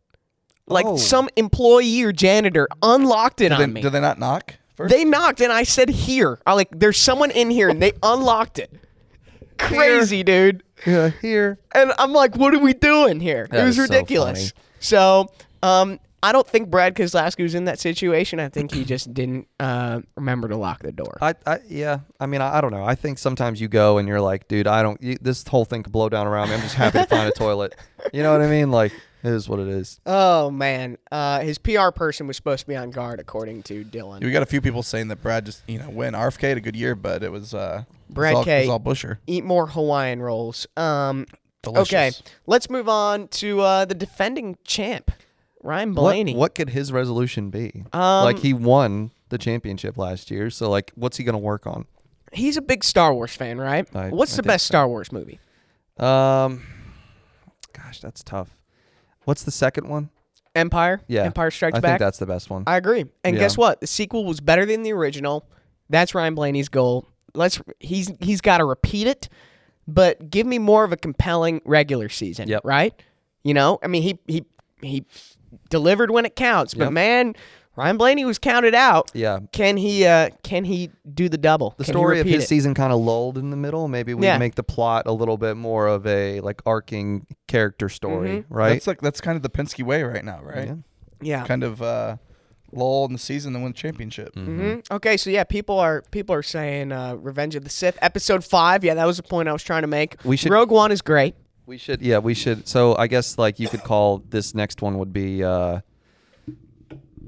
[SPEAKER 2] Like
[SPEAKER 3] Oh.
[SPEAKER 2] some employee or janitor unlocked it
[SPEAKER 4] Did
[SPEAKER 2] on
[SPEAKER 4] they,
[SPEAKER 2] me.
[SPEAKER 4] did they not knock? First?
[SPEAKER 2] They knocked and I said, Here. I like, there's someone in here and they unlocked it. Crazy, dude.
[SPEAKER 3] yeah, here.
[SPEAKER 2] And I'm like, what are we doing here?
[SPEAKER 3] That
[SPEAKER 2] it was
[SPEAKER 3] is so
[SPEAKER 2] ridiculous. So, um, I don't think Brad Keselowski was in that situation. I think he just didn't uh, remember to lock the door.
[SPEAKER 3] I, I yeah. I mean, I, I don't know. I think sometimes you go and you're like, dude, I don't. You, this whole thing could blow down around me. I'm just happy to find a toilet. You know what I mean? Like, it is what it is.
[SPEAKER 2] Oh man, uh, his PR person was supposed to be on guard, according to Dylan.
[SPEAKER 4] We got a few people saying that Brad just you know win RFK had a good year, but it was uh it was
[SPEAKER 2] Brad
[SPEAKER 4] all- it
[SPEAKER 2] K.
[SPEAKER 4] was all Busher.
[SPEAKER 2] Eat more Hawaiian rolls. Um,
[SPEAKER 4] Delicious.
[SPEAKER 2] okay, let's move on to uh, the defending champ, Ryan
[SPEAKER 3] What,
[SPEAKER 2] Blaney. Um,
[SPEAKER 3] what could his resolution be? like he won the championship last year, so like, what's he gonna work on?
[SPEAKER 2] He's a big Star Wars fan, right?
[SPEAKER 3] I-
[SPEAKER 2] What's
[SPEAKER 3] I
[SPEAKER 2] the
[SPEAKER 3] think
[SPEAKER 2] best Star Wars movie?
[SPEAKER 3] Um, gosh, that's tough. What's the second one?
[SPEAKER 2] Empire.
[SPEAKER 3] Yeah,
[SPEAKER 2] Empire Strikes
[SPEAKER 3] I
[SPEAKER 2] Back.
[SPEAKER 3] think that's the best one.
[SPEAKER 2] I agree. And
[SPEAKER 3] Yeah.
[SPEAKER 2] guess what? The sequel was better than the original. That's Ryan Blaney's goal. Let's he's he's got to repeat it, but give me more of a compelling regular season,
[SPEAKER 3] Yep.
[SPEAKER 2] right? You know, I mean he he he delivered when it counts, but
[SPEAKER 3] Yep.
[SPEAKER 2] man, Ryan Blaney was counted out.
[SPEAKER 3] Yeah.
[SPEAKER 2] Can he uh can he do the double?
[SPEAKER 3] the
[SPEAKER 2] Can he
[SPEAKER 3] story of
[SPEAKER 2] repeat
[SPEAKER 3] his
[SPEAKER 2] it?
[SPEAKER 3] season kind of lulled in the middle. Maybe we
[SPEAKER 2] Yeah.
[SPEAKER 3] make the plot a little bit more of a like arcing character story,
[SPEAKER 2] Mm-hmm.
[SPEAKER 3] right?
[SPEAKER 4] That's like that's kind of the Penske way right now, right?
[SPEAKER 2] Yeah.
[SPEAKER 4] Kind of uh, lull in the season, then win the championship.
[SPEAKER 2] hmm Okay, so yeah, people are people are saying uh, Revenge of the Sith episode 5. Yeah, that was the point I was trying to make.
[SPEAKER 3] We should-
[SPEAKER 2] Rogue One is great.
[SPEAKER 3] we should, yeah, we should. So I guess like you could call this next one would be, uh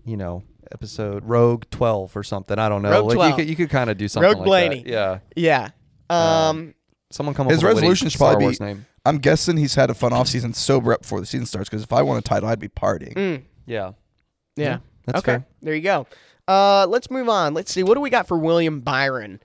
[SPEAKER 3] you know, episode Rogue Twelve or something. I don't know.
[SPEAKER 2] Rogue
[SPEAKER 3] like
[SPEAKER 2] 12.
[SPEAKER 3] you could you could kind of do something.
[SPEAKER 2] Rogue
[SPEAKER 3] like
[SPEAKER 2] Blaney.
[SPEAKER 3] That. Yeah.
[SPEAKER 2] Yeah.
[SPEAKER 3] Uh,
[SPEAKER 2] Um
[SPEAKER 3] Someone come up
[SPEAKER 4] His
[SPEAKER 3] with a witty
[SPEAKER 4] resolution should
[SPEAKER 3] Star
[SPEAKER 4] probably
[SPEAKER 3] Wars
[SPEAKER 4] be.
[SPEAKER 3] name.
[SPEAKER 4] I'm guessing he's had a fun off season sober up before the season starts. Because if I won a title, I'd be partying.
[SPEAKER 3] Yeah.
[SPEAKER 2] yeah.
[SPEAKER 3] that's
[SPEAKER 2] okay.
[SPEAKER 3] fair.
[SPEAKER 2] There you go. Uh let's move on. Let's see what do we got for William Byron?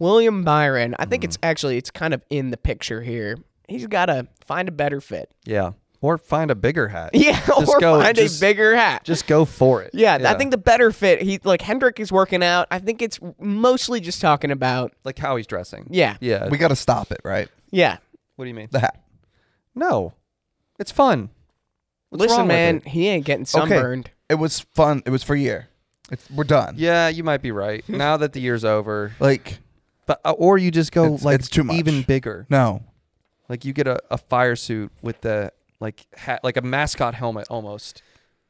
[SPEAKER 2] William Byron. I think it's
[SPEAKER 3] Hmm.
[SPEAKER 2] actually it's kind of in the picture here. He's got to find a better fit.
[SPEAKER 3] Yeah. Or find a bigger hat.
[SPEAKER 2] Yeah,
[SPEAKER 3] Just
[SPEAKER 2] or
[SPEAKER 3] go-
[SPEAKER 2] find
[SPEAKER 3] just-
[SPEAKER 2] a bigger hat.
[SPEAKER 3] Just go for it.
[SPEAKER 2] yeah, I think the better fit. He like Hendrick is working out. I think it's mostly just talking about
[SPEAKER 3] like how he's dressing.
[SPEAKER 2] Yeah.
[SPEAKER 3] Yeah.
[SPEAKER 4] We got to stop it, right?
[SPEAKER 2] yeah.
[SPEAKER 3] what do you mean?
[SPEAKER 4] The hat.
[SPEAKER 3] No. It's fun. What's
[SPEAKER 2] Listen,
[SPEAKER 3] wrong with
[SPEAKER 2] man,
[SPEAKER 3] it?
[SPEAKER 2] he ain't getting sunburned.
[SPEAKER 4] It was fun. It was for a year. It's, we're done.
[SPEAKER 3] Yeah, you might be right. now that the year's over,
[SPEAKER 4] Like
[SPEAKER 3] but uh, or you just go
[SPEAKER 4] It's-
[SPEAKER 3] like
[SPEAKER 4] it's too much.
[SPEAKER 3] even bigger.
[SPEAKER 4] no,
[SPEAKER 3] Like you get a, a fire suit with the like hat, like a mascot helmet almost.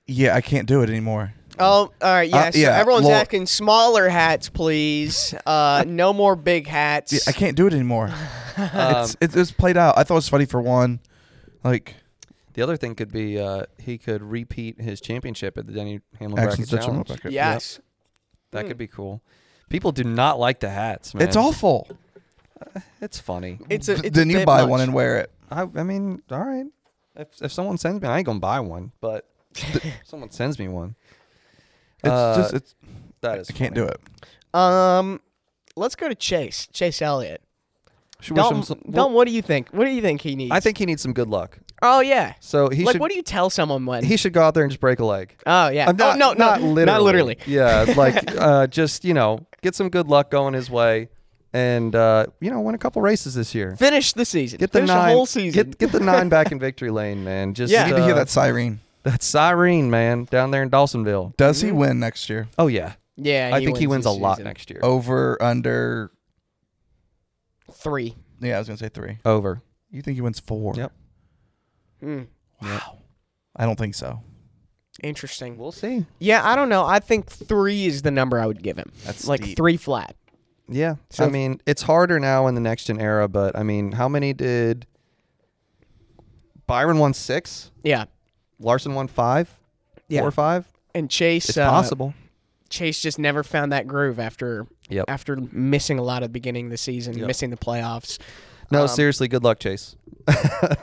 [SPEAKER 4] yeah, I can't do it anymore.
[SPEAKER 2] Oh, all right. Yeah.
[SPEAKER 4] Uh,
[SPEAKER 2] so
[SPEAKER 4] yeah,
[SPEAKER 2] everyone's
[SPEAKER 4] Laura-
[SPEAKER 2] asking smaller hats, please. Uh, no more big hats.
[SPEAKER 4] Yeah, I can't do it anymore.
[SPEAKER 3] Um,
[SPEAKER 4] it's, it, was played out. I thought it was funny for one. Like
[SPEAKER 3] the other thing could be uh, he could repeat his championship at the Denny Hamlin
[SPEAKER 4] Axon
[SPEAKER 3] Bracket Challenge.
[SPEAKER 2] yes. Mm.
[SPEAKER 3] That could be cool. People do not like the hats, man.
[SPEAKER 4] It's awful.
[SPEAKER 3] It's funny.
[SPEAKER 2] It's a. It's a
[SPEAKER 4] then you
[SPEAKER 2] bit
[SPEAKER 4] buy
[SPEAKER 2] much.
[SPEAKER 4] one and wear it.
[SPEAKER 3] I, I mean, all right. If, if someone sends me, I ain't gonna buy one. But if someone sends me one.
[SPEAKER 4] It's
[SPEAKER 3] Uh,
[SPEAKER 4] just it's.
[SPEAKER 3] That is.
[SPEAKER 4] I can't
[SPEAKER 3] funny.
[SPEAKER 4] do it.
[SPEAKER 2] Um, let's go to Chase. Chase Elliott.
[SPEAKER 3] Should wish him
[SPEAKER 2] Don't.
[SPEAKER 3] some- well,
[SPEAKER 2] Don't. What do you think? What do you think he needs?
[SPEAKER 3] I think he needs some good luck.
[SPEAKER 2] Oh yeah.
[SPEAKER 3] So he
[SPEAKER 2] like,
[SPEAKER 3] should.
[SPEAKER 2] what do you tell someone when?
[SPEAKER 3] he should go out there and just break a leg.
[SPEAKER 2] oh yeah.
[SPEAKER 3] I'm not,
[SPEAKER 2] oh no,
[SPEAKER 3] not
[SPEAKER 2] no,
[SPEAKER 3] literally.
[SPEAKER 2] Not literally.
[SPEAKER 3] Yeah, like uh, just you know, get some good luck going his way, and uh, you know, win a couple races this year.
[SPEAKER 2] Finish the season.
[SPEAKER 3] Get the
[SPEAKER 2] Finish
[SPEAKER 3] nine.
[SPEAKER 2] the whole season.
[SPEAKER 3] Get get the nine back in victory lane, man. Just
[SPEAKER 2] Yeah.
[SPEAKER 4] I need to hear
[SPEAKER 3] uh,
[SPEAKER 4] that siren.
[SPEAKER 3] that siren, man, down there in Dawsonville.
[SPEAKER 4] Does
[SPEAKER 2] mm-hmm.
[SPEAKER 4] he win next year?
[SPEAKER 3] Oh yeah,
[SPEAKER 2] yeah.
[SPEAKER 3] I think he wins a
[SPEAKER 2] this
[SPEAKER 3] lot
[SPEAKER 2] season. Oh.
[SPEAKER 3] next year.
[SPEAKER 4] Over under.
[SPEAKER 2] Three.
[SPEAKER 4] Yeah, I was gonna say three.
[SPEAKER 3] Over.
[SPEAKER 4] You think he wins four?
[SPEAKER 3] Yep. Hmm.
[SPEAKER 2] Mm,
[SPEAKER 4] Wow. I don't think so.
[SPEAKER 2] interesting.
[SPEAKER 3] We'll see.
[SPEAKER 2] Yeah, I don't know. I think three is the number I would give him.
[SPEAKER 4] That's
[SPEAKER 2] like
[SPEAKER 4] deep.
[SPEAKER 2] three flat.
[SPEAKER 3] Yeah.
[SPEAKER 2] So
[SPEAKER 3] I
[SPEAKER 2] if-
[SPEAKER 3] mean, it's harder now in the next gen era, but I mean, how many did Byron won six?
[SPEAKER 2] Yeah.
[SPEAKER 3] Larson won five?
[SPEAKER 2] Yeah.
[SPEAKER 3] Four or five?
[SPEAKER 2] And Chase
[SPEAKER 3] It's
[SPEAKER 2] uh,
[SPEAKER 3] possible.
[SPEAKER 2] Chase just never found that groove after
[SPEAKER 3] Yep.
[SPEAKER 2] after missing a lot at the beginning of the season, missing the playoffs.
[SPEAKER 3] No, seriously, good luck, Chase.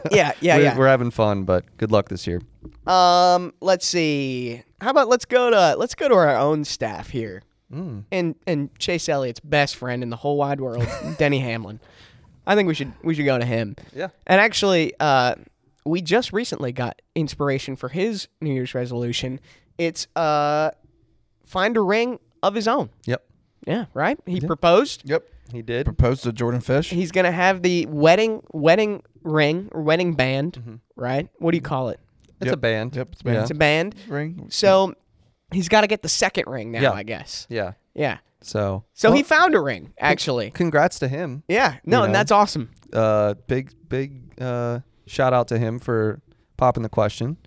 [SPEAKER 2] Yeah, um, yeah,
[SPEAKER 3] we're,
[SPEAKER 2] yeah.
[SPEAKER 3] we're having fun, but good luck this year.
[SPEAKER 2] Um, let's see. How about let's go to let's go to our own staff here. And and Chase Elliott's best friend in the whole wide world, Denny Hamlin. I think we should we should go to him.
[SPEAKER 3] Yeah.
[SPEAKER 2] And actually, uh, we just recently got inspiration for his New Year's resolution. It's uh, find a ring of his own.
[SPEAKER 3] Yep.
[SPEAKER 2] Yeah, right. He proposed.
[SPEAKER 4] Yep.
[SPEAKER 3] He did.
[SPEAKER 4] Proposed to Jordan Fish.
[SPEAKER 2] He's gonna have the wedding wedding ring or wedding band, right? What do you call it?
[SPEAKER 3] It's a band.
[SPEAKER 4] Yep, it's a band.
[SPEAKER 3] Yeah.
[SPEAKER 2] It's a band.
[SPEAKER 4] ring.
[SPEAKER 2] So he's got to get the second ring now,
[SPEAKER 3] Yeah.
[SPEAKER 2] I guess.
[SPEAKER 3] yeah.
[SPEAKER 2] Yeah.
[SPEAKER 3] So
[SPEAKER 2] So he found a ring actually.
[SPEAKER 3] congrats to him.
[SPEAKER 2] Yeah. No, and
[SPEAKER 3] know.
[SPEAKER 2] that's awesome.
[SPEAKER 3] Uh big big uh shout out to him for popping the question.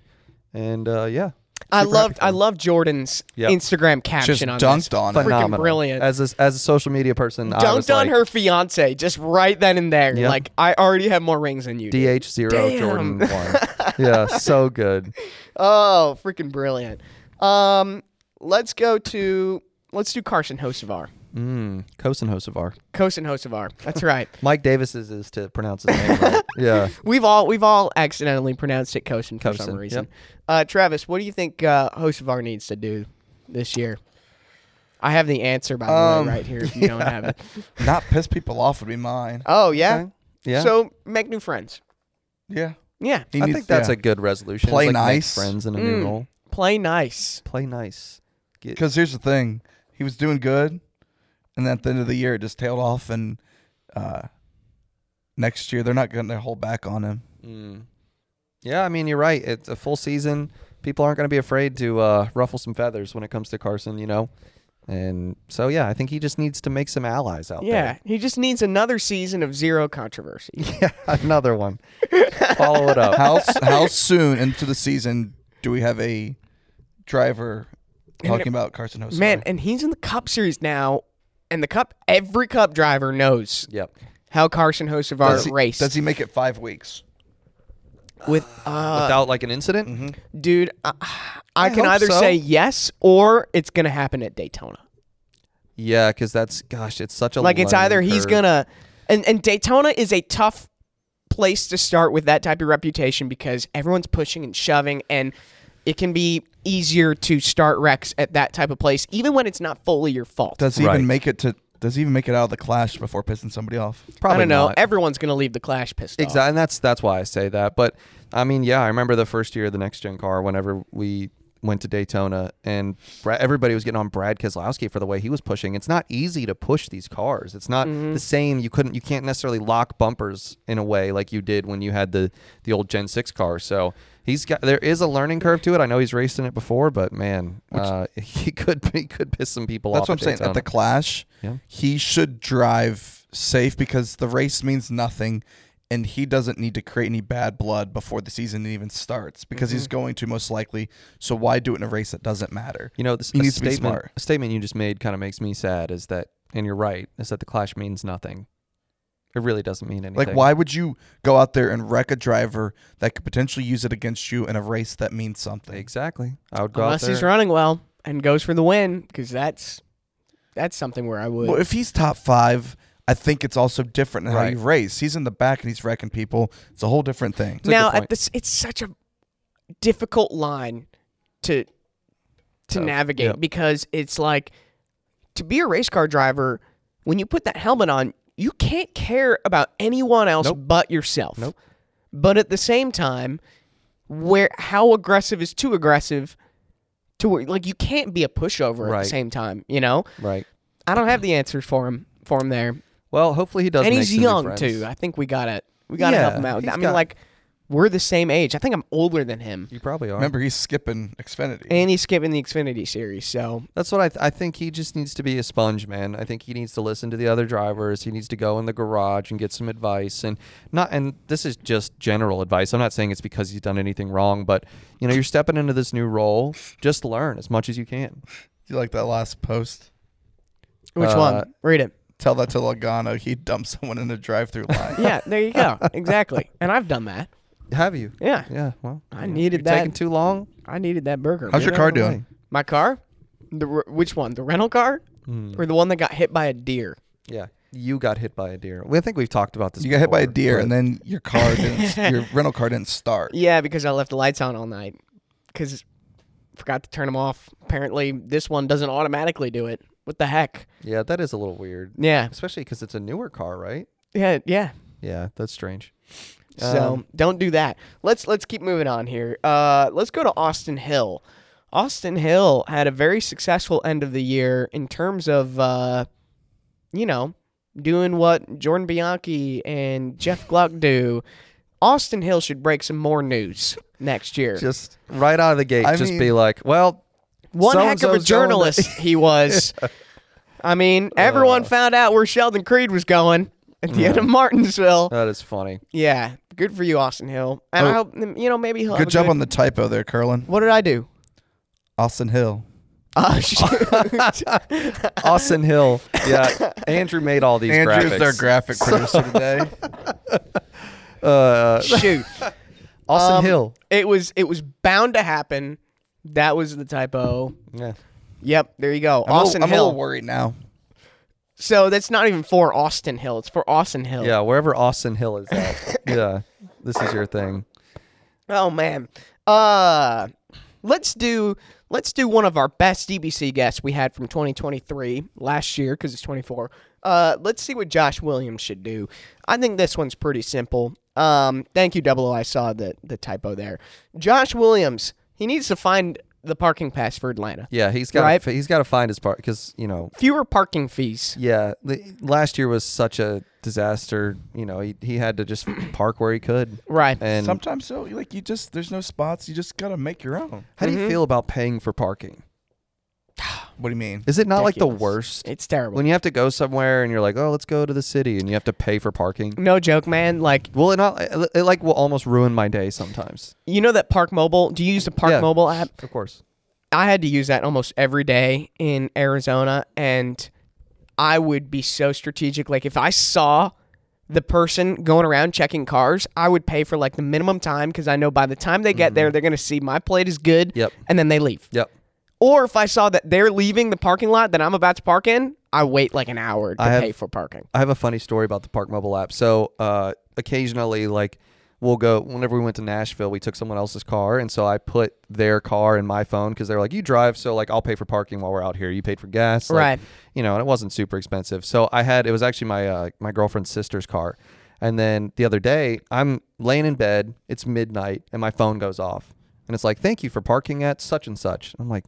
[SPEAKER 3] And uh yeah.
[SPEAKER 2] I
[SPEAKER 3] Super happy
[SPEAKER 2] loved
[SPEAKER 3] for
[SPEAKER 2] I
[SPEAKER 3] him.
[SPEAKER 2] loved Jordan's
[SPEAKER 3] Yep.
[SPEAKER 2] Instagram caption on this.
[SPEAKER 4] dunked on it.
[SPEAKER 2] Freaking
[SPEAKER 3] phenomenal.
[SPEAKER 2] brilliant.
[SPEAKER 3] As a, as a social media person, I was
[SPEAKER 2] dunked on
[SPEAKER 3] like,
[SPEAKER 2] her fiance just right then and there.
[SPEAKER 3] Yeah.
[SPEAKER 2] Like I already have more rings than you. do.
[SPEAKER 3] DH zero Jordan one. yeah, so good.
[SPEAKER 2] Oh, freaking brilliant. Um, let's go to let's do Carson Hosevar.
[SPEAKER 3] Mm, Kosin Hosevar.
[SPEAKER 2] Carson Hosevar. That's right.
[SPEAKER 3] Mike Davis's is to pronounce his name right. Yeah.
[SPEAKER 2] We've all we've all accidentally pronounced it Cosin for some
[SPEAKER 3] Cosin,
[SPEAKER 2] reason.
[SPEAKER 3] yep.
[SPEAKER 2] Uh, Travis, what do you think uh, Hosevar needs to do this year? I have the answer by the
[SPEAKER 4] Um,
[SPEAKER 2] way right here. If you don't have it.
[SPEAKER 4] Not piss people off would be mine.
[SPEAKER 2] Oh yeah.
[SPEAKER 3] Okay. Yeah.
[SPEAKER 2] So make new friends.
[SPEAKER 4] Yeah.
[SPEAKER 2] Yeah.
[SPEAKER 4] He
[SPEAKER 3] I
[SPEAKER 4] needs-
[SPEAKER 3] think that's
[SPEAKER 4] yeah.
[SPEAKER 3] a good resolution.
[SPEAKER 4] Play
[SPEAKER 3] It's like make
[SPEAKER 4] nice.
[SPEAKER 3] friends in a new
[SPEAKER 2] Mm.
[SPEAKER 3] role.
[SPEAKER 2] Play nice.
[SPEAKER 3] Play nice. Get,
[SPEAKER 4] Because here's the thing, he was doing good, and then at the end of the year, it just tailed off. And uh, next year, they're not going to hold back on him.
[SPEAKER 3] mm. Yeah, I mean you're right. It's a full season. People aren't going to be afraid to uh, ruffle some feathers when it comes to Carson, you know. And so yeah, I think he just needs to make some allies out
[SPEAKER 2] Yeah, he just needs another season of zero controversy.
[SPEAKER 3] there. Yeah, another one. Follow it up.
[SPEAKER 4] How s- how soon into the season do we have a driver talking about Carson Hosa?
[SPEAKER 2] Man, and he's in the Cup Series now, and the Cup, every Cup driver knows
[SPEAKER 3] Yep.
[SPEAKER 2] how Carson Hosevar
[SPEAKER 4] does he,
[SPEAKER 2] raced
[SPEAKER 4] does he make it five weeks?
[SPEAKER 2] with. Uh,
[SPEAKER 3] Without like an incident.
[SPEAKER 4] Mm-hmm.
[SPEAKER 2] dude, I, I can
[SPEAKER 3] hope
[SPEAKER 2] either
[SPEAKER 3] so.
[SPEAKER 2] say yes or it's gonna happen at Daytona.
[SPEAKER 3] Yeah, because that's gosh, it's such a
[SPEAKER 2] Like it's
[SPEAKER 3] learning
[SPEAKER 2] either he's
[SPEAKER 3] curve.
[SPEAKER 2] gonna, and and Daytona is a tough place to start with that type of reputation because everyone's pushing and shoving, and it can be easier to start wrecks at that type of place, even when it's not fully your fault.
[SPEAKER 4] Does he
[SPEAKER 3] Right.
[SPEAKER 4] even make it to? Does he even make it out of the clash before pissing somebody off?
[SPEAKER 3] probably
[SPEAKER 2] I don't know.
[SPEAKER 3] not.
[SPEAKER 2] Everyone's gonna leave the Clash pissed off.
[SPEAKER 3] Exactly, and that's that's why I say that. But I mean, yeah, I remember the first year of the next gen car whenever we went to Daytona, and Bra- everybody was getting on Brad Keselowski for the way he was pushing. It's not easy to push these cars. It's not the same. You couldn't, you can't necessarily lock bumpers in a way like you did when you had the the old Gen six car. So. He's got. There is a learning curve to it. I know he's raced in it before, but man, uh, he could he could piss some people
[SPEAKER 4] That's
[SPEAKER 3] off.
[SPEAKER 4] what I'm
[SPEAKER 3] at
[SPEAKER 4] saying. At the
[SPEAKER 3] Daytona.
[SPEAKER 4] clash,
[SPEAKER 3] Yeah.
[SPEAKER 4] he should drive safe because the race means nothing, and he doesn't need to create any bad blood before the season even starts because he's
[SPEAKER 3] Mm-hmm.
[SPEAKER 4] going to most likely. So why do it in a race that doesn't matter?
[SPEAKER 3] You know, this,
[SPEAKER 4] He
[SPEAKER 3] a
[SPEAKER 4] needs to be
[SPEAKER 3] statement,
[SPEAKER 4] smart.
[SPEAKER 3] A statement you just made kind of makes me sad. Is that, and you're right, is that the clash means nothing. It really doesn't mean anything.
[SPEAKER 4] Like, why would you go out there and wreck a driver that could potentially use it against you in a race that means something?
[SPEAKER 3] Exactly. I would go
[SPEAKER 2] Unless
[SPEAKER 3] out there.
[SPEAKER 2] he's running well and goes for the win, because that's that's something where I would.
[SPEAKER 4] Well, if he's top five, I think it's also different in
[SPEAKER 3] Right.
[SPEAKER 4] how you race. He's in the back and he's wrecking people. It's a whole different thing.
[SPEAKER 3] a good
[SPEAKER 2] now at
[SPEAKER 3] point.
[SPEAKER 2] this, it's such a difficult line to to
[SPEAKER 3] Tough.
[SPEAKER 2] navigate
[SPEAKER 3] Yep.
[SPEAKER 2] because it's like to be a race car driver when you put that helmet on, you can't care about anyone else
[SPEAKER 3] Nope.
[SPEAKER 2] but yourself.
[SPEAKER 3] Nope.
[SPEAKER 2] But at the same time, where how aggressive is too aggressive? To where like you can't be a pushover at
[SPEAKER 3] Right.
[SPEAKER 2] the same time, you know.
[SPEAKER 3] Right.
[SPEAKER 2] I don't have the answers for him for him there.
[SPEAKER 3] Well, hopefully he does.
[SPEAKER 2] and
[SPEAKER 3] make
[SPEAKER 2] he's
[SPEAKER 3] some new
[SPEAKER 2] young
[SPEAKER 3] friends.
[SPEAKER 2] too. I think we gotta we gotta help
[SPEAKER 3] Yeah,
[SPEAKER 2] him out.
[SPEAKER 3] he's
[SPEAKER 2] I mean,
[SPEAKER 3] got-
[SPEAKER 2] like we're the same age. I think I'm older than him,
[SPEAKER 3] You probably are.
[SPEAKER 4] Remember, he's skipping Xfinity.
[SPEAKER 2] and he's skipping the Xfinity series. So
[SPEAKER 3] That's what I. Th- I think he just needs to be a sponge, man. I think he needs to listen to the other drivers. He needs to go in the garage and get some advice, and not. And this is just general advice. I'm not saying it's because he's done anything wrong, but you know, you're stepping into this new role. Just learn as much as you can.
[SPEAKER 4] you like that last post?
[SPEAKER 2] which
[SPEAKER 3] Uh,
[SPEAKER 2] one? Read it.
[SPEAKER 4] Tell that to Logano. He dumped someone in the drive-through line.
[SPEAKER 2] Yeah, there you go. exactly. And I've done that.
[SPEAKER 3] Have you?
[SPEAKER 2] Yeah,
[SPEAKER 3] Yeah, well,
[SPEAKER 2] I
[SPEAKER 3] you know,
[SPEAKER 2] needed
[SPEAKER 3] you're
[SPEAKER 2] that.
[SPEAKER 3] Taking too long.
[SPEAKER 2] I needed that burger. man.
[SPEAKER 4] How's your
[SPEAKER 3] Get
[SPEAKER 4] car
[SPEAKER 3] out of the
[SPEAKER 4] doing?
[SPEAKER 3] way.
[SPEAKER 2] My car? The r- which one? The rental car
[SPEAKER 3] Hmm.
[SPEAKER 2] or the one that got hit by a deer?
[SPEAKER 3] Yeah, you got hit by a deer. Well, I think we've talked about this.
[SPEAKER 4] You got hit by a
[SPEAKER 3] before,
[SPEAKER 4] deer,
[SPEAKER 3] but-
[SPEAKER 4] and then your car didn't. your rental car didn't start.
[SPEAKER 2] Yeah, because I left the lights on all night because forgot to turn them off. Apparently, this one doesn't automatically do it. What the heck?
[SPEAKER 3] yeah, that is a little weird,
[SPEAKER 2] Yeah,
[SPEAKER 3] especially because it's a newer car, right?
[SPEAKER 2] yeah, yeah.
[SPEAKER 3] Yeah, that's strange.
[SPEAKER 2] So
[SPEAKER 3] Um,
[SPEAKER 2] don't do that. Let's let's keep moving on here. Uh, let's go to Austin Hill. Austin Hill had a very successful end of the year in terms of, uh, you know, doing what Jordan Bianchi and Jeff Gluck do. Austin Hill should break some more news next year.
[SPEAKER 3] Just right out of the gate,
[SPEAKER 4] I
[SPEAKER 3] just
[SPEAKER 4] mean-
[SPEAKER 3] be like, well,
[SPEAKER 2] One heck of a
[SPEAKER 3] so-and-so's going to-
[SPEAKER 2] journalist he was. I mean,
[SPEAKER 4] Uh,
[SPEAKER 2] everyone found out where Sheldon Creed was going at the end of Martinsville.
[SPEAKER 3] that is funny.
[SPEAKER 2] Yeah, good for you, Austin Hill. And I
[SPEAKER 4] Oh.
[SPEAKER 2] hope you know maybe he'll. have
[SPEAKER 4] Good
[SPEAKER 2] a
[SPEAKER 4] job on the typo there, Curlin.
[SPEAKER 2] What did I do?
[SPEAKER 4] Austin Hill.
[SPEAKER 2] Oh shoot!
[SPEAKER 3] Austin Hill. Yeah, Andrew made all these
[SPEAKER 4] Andrew's
[SPEAKER 3] graphics.
[SPEAKER 4] their graphic producer today.
[SPEAKER 3] uh,
[SPEAKER 2] shoot!
[SPEAKER 3] Austin
[SPEAKER 2] Um,
[SPEAKER 3] Hill.
[SPEAKER 2] It was it was bound to happen. That was the typo.
[SPEAKER 3] Yeah.
[SPEAKER 2] Yep, there you go.
[SPEAKER 4] I'm a-
[SPEAKER 2] Austin
[SPEAKER 4] I'm a
[SPEAKER 2] Hill.
[SPEAKER 4] little worried now.
[SPEAKER 2] so that's not even for Austin Hill. It's for Austin Hill.
[SPEAKER 3] Yeah, wherever Austin Hill is at. yeah, this is your thing.
[SPEAKER 2] Oh man. Uh, let's do let's do one of our best DBC guests we had from 2023 last year because it's 24. Uh, let's see what Josh Williams should do. I think this one's pretty simple. Um, thank you, Double O. I saw the the typo there. Josh Williams. He needs to find the parking pass for Atlanta.
[SPEAKER 3] Yeah, he's got
[SPEAKER 2] Right.
[SPEAKER 3] to he's got to find his part because you know
[SPEAKER 2] Fewer parking fees.
[SPEAKER 3] yeah the, last year was such a disaster. You know he, he had to just park where he could.
[SPEAKER 2] Right.
[SPEAKER 3] And
[SPEAKER 4] Sometimes so, you- like you just there's no spots. You just gotta make your own.
[SPEAKER 3] how
[SPEAKER 2] mm-hmm.
[SPEAKER 3] do you feel about paying for parking?
[SPEAKER 4] What do you mean?
[SPEAKER 3] Is it not like
[SPEAKER 2] Ridiculous.
[SPEAKER 3] the worst
[SPEAKER 2] It's terrible.
[SPEAKER 3] when you have to go somewhere and you're like oh let's go to the city and you have to pay for parking?
[SPEAKER 2] no joke, man. Like
[SPEAKER 3] Well, it not it, it like will almost ruin my day sometimes.
[SPEAKER 2] you know that Park Mobile. Do you use the Park
[SPEAKER 3] Yeah.
[SPEAKER 2] Mobile app?
[SPEAKER 3] Of course.
[SPEAKER 2] I had to use that almost every day in Arizona, and I would be so strategic. Like if I saw the person going around checking cars, I would pay for like the minimum time because I know by the time they get there, they're gonna see my plate is good.
[SPEAKER 3] Mm-hmm. Yep.
[SPEAKER 2] And then they leave.
[SPEAKER 3] Yep.
[SPEAKER 2] Or if I saw that they're leaving the parking lot that I'm about to park in, I wait like an hour to
[SPEAKER 3] I have-
[SPEAKER 2] pay for parking.
[SPEAKER 3] I have a funny story about the Park Mobile app. So uh, occasionally, like we'll go whenever we went to Nashville, we took someone else's car, and so I put their car in my phone because they're like, "You drive, so like I'll pay for parking while we're out here. You paid for gas, like,
[SPEAKER 2] Right.
[SPEAKER 3] You know, and it wasn't super expensive. So I had it was actually my uh, my girlfriend's sister's car, and then the other day I'm laying in bed, it's midnight, and my phone goes off, and it's like, "Thank you for parking at such and such." I'm like,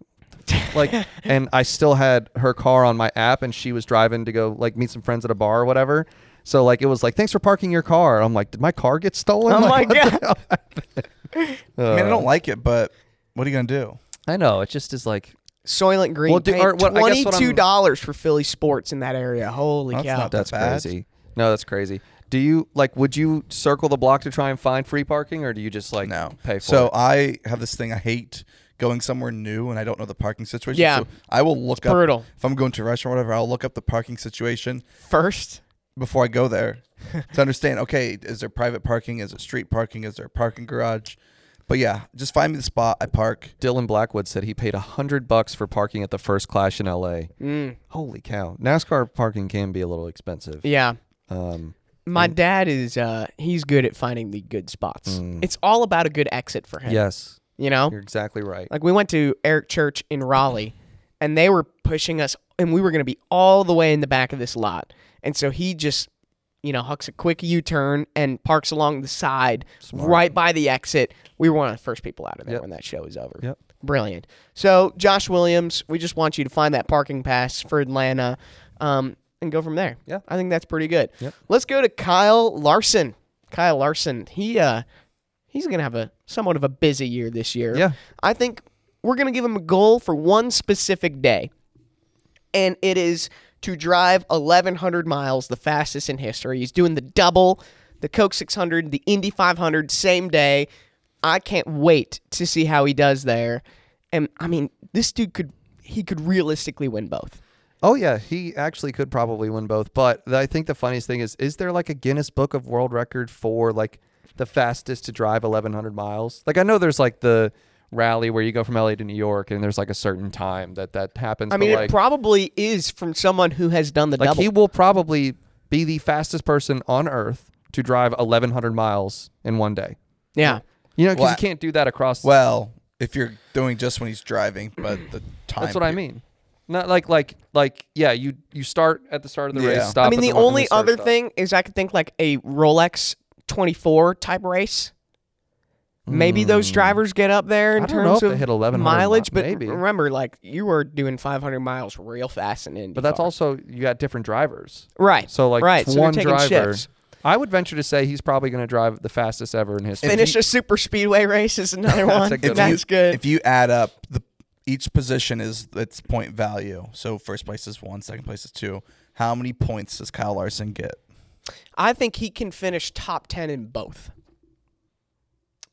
[SPEAKER 3] like and i still had her car on my app and she was driving to go like meet some friends at a bar or whatever so like it was like thanks for parking your car i'm like did my car get stolen Uh,
[SPEAKER 2] Oh my
[SPEAKER 3] Like, what the
[SPEAKER 2] god.
[SPEAKER 3] hell?
[SPEAKER 4] I mean, I don't like it, but what are you gonna do?
[SPEAKER 3] i know it just is like
[SPEAKER 2] Soylent Green
[SPEAKER 3] Well, do-
[SPEAKER 2] paid
[SPEAKER 3] or what- I guess what I'm-
[SPEAKER 2] twenty-two dollars for Philly sports in that area. Holy
[SPEAKER 4] That's
[SPEAKER 2] cow!
[SPEAKER 4] not
[SPEAKER 3] that's
[SPEAKER 4] bad.
[SPEAKER 3] crazy no that's crazy do you like would you circle the block to try and find free parking or do you just like
[SPEAKER 4] No.
[SPEAKER 3] pay for
[SPEAKER 4] so
[SPEAKER 3] it
[SPEAKER 4] I have this thing I hate going somewhere new and I don't know the parking situation.
[SPEAKER 2] Yeah.
[SPEAKER 4] So I will look up
[SPEAKER 2] brutal.
[SPEAKER 4] if I'm going to a restaurant or whatever, I'll look up the parking situation
[SPEAKER 2] First,
[SPEAKER 4] before I go there to understand, okay, is there private parking? Is it street parking? Is there a parking garage? But yeah, just find me the spot, I park.
[SPEAKER 3] dylan blackwood said he paid a hundred bucks for parking at the first clash in la holy cow nascar parking can be a little expensive
[SPEAKER 2] yeah.
[SPEAKER 3] um
[SPEAKER 2] My dad is uh he's good at finding the good spots. It's all about a good exit for him.
[SPEAKER 3] Mm. yes
[SPEAKER 2] You know?
[SPEAKER 3] you're exactly right
[SPEAKER 2] Like we went to Eric Church in Raleigh and they were pushing us and we were gonna be all the way in the back of this lot. And so he just, you know, hucks a quick U turn and parks along the side right by the exit. We were one of the first people out of there when that show was over.
[SPEAKER 3] Yep.
[SPEAKER 2] Brilliant. So Josh Williams, we just want you to find that parking pass for Atlanta. Um and go from there.
[SPEAKER 3] Yeah.
[SPEAKER 2] I think that's pretty good. Let's go to Kyle Larson. Kyle Larson. He uh he's gonna have a somewhat of a busy year this year.
[SPEAKER 3] Yeah.
[SPEAKER 2] I think we're gonna give him a goal for one specific day, and it is to drive 1,100 miles, the fastest in history. He's doing the double, the Coke 600, the Indy 500, same day. I can't wait to see how he does there. And I mean, this dude could he could realistically win both.
[SPEAKER 3] Oh yeah, he actually could probably win both. But th- I think the funniest thing is, is there like a Guinness Book of World Record for like the fastest to drive 1,100 miles? Like I know there's like the rally where you go from LA to New York, and there's like a certain time that that happens.
[SPEAKER 2] I mean,
[SPEAKER 3] but, like,
[SPEAKER 2] it probably is from someone who has done the
[SPEAKER 3] like
[SPEAKER 2] double.
[SPEAKER 3] he will probably be the fastest person on Earth to drive 1,100 miles in one day.
[SPEAKER 2] yeah.
[SPEAKER 3] You know, because
[SPEAKER 4] Well,
[SPEAKER 3] you can't do that across.
[SPEAKER 4] Well, if you're doing just when he's driving, but the time
[SPEAKER 3] that's what I
[SPEAKER 4] pe-
[SPEAKER 3] mean. Not like like like yeah. You you start at the start of the
[SPEAKER 4] Yeah.
[SPEAKER 3] race. Stop.
[SPEAKER 2] I mean,
[SPEAKER 3] at
[SPEAKER 2] the
[SPEAKER 3] one- and
[SPEAKER 2] only
[SPEAKER 3] start,
[SPEAKER 2] other
[SPEAKER 3] stop.
[SPEAKER 2] thing is I could think like a Rolex 24 type race. Maybe those drivers get up there in
[SPEAKER 3] Hmm. I don't know
[SPEAKER 2] terms
[SPEAKER 3] if they
[SPEAKER 2] of
[SPEAKER 3] hit 1100 mi-
[SPEAKER 2] mileage, but
[SPEAKER 3] maybe.
[SPEAKER 2] remember, like you were doing 500 miles real fast in Indy.
[SPEAKER 3] But that's also you got different drivers.
[SPEAKER 2] right.
[SPEAKER 3] So like
[SPEAKER 2] right.
[SPEAKER 3] it's
[SPEAKER 2] so they're
[SPEAKER 3] one
[SPEAKER 2] taking
[SPEAKER 3] driver.
[SPEAKER 2] shifts.
[SPEAKER 3] I would venture to say he's probably going to drive the fastest ever in history.
[SPEAKER 2] Finish a super speedway race is another
[SPEAKER 3] That's
[SPEAKER 2] one.
[SPEAKER 3] a good
[SPEAKER 4] If
[SPEAKER 3] one.
[SPEAKER 4] you,
[SPEAKER 2] that's good.
[SPEAKER 4] If you add up the each position is its point value. So first place is one, second place is two. How many points does Kyle Larson get?
[SPEAKER 2] I think he can finish top 10 in both.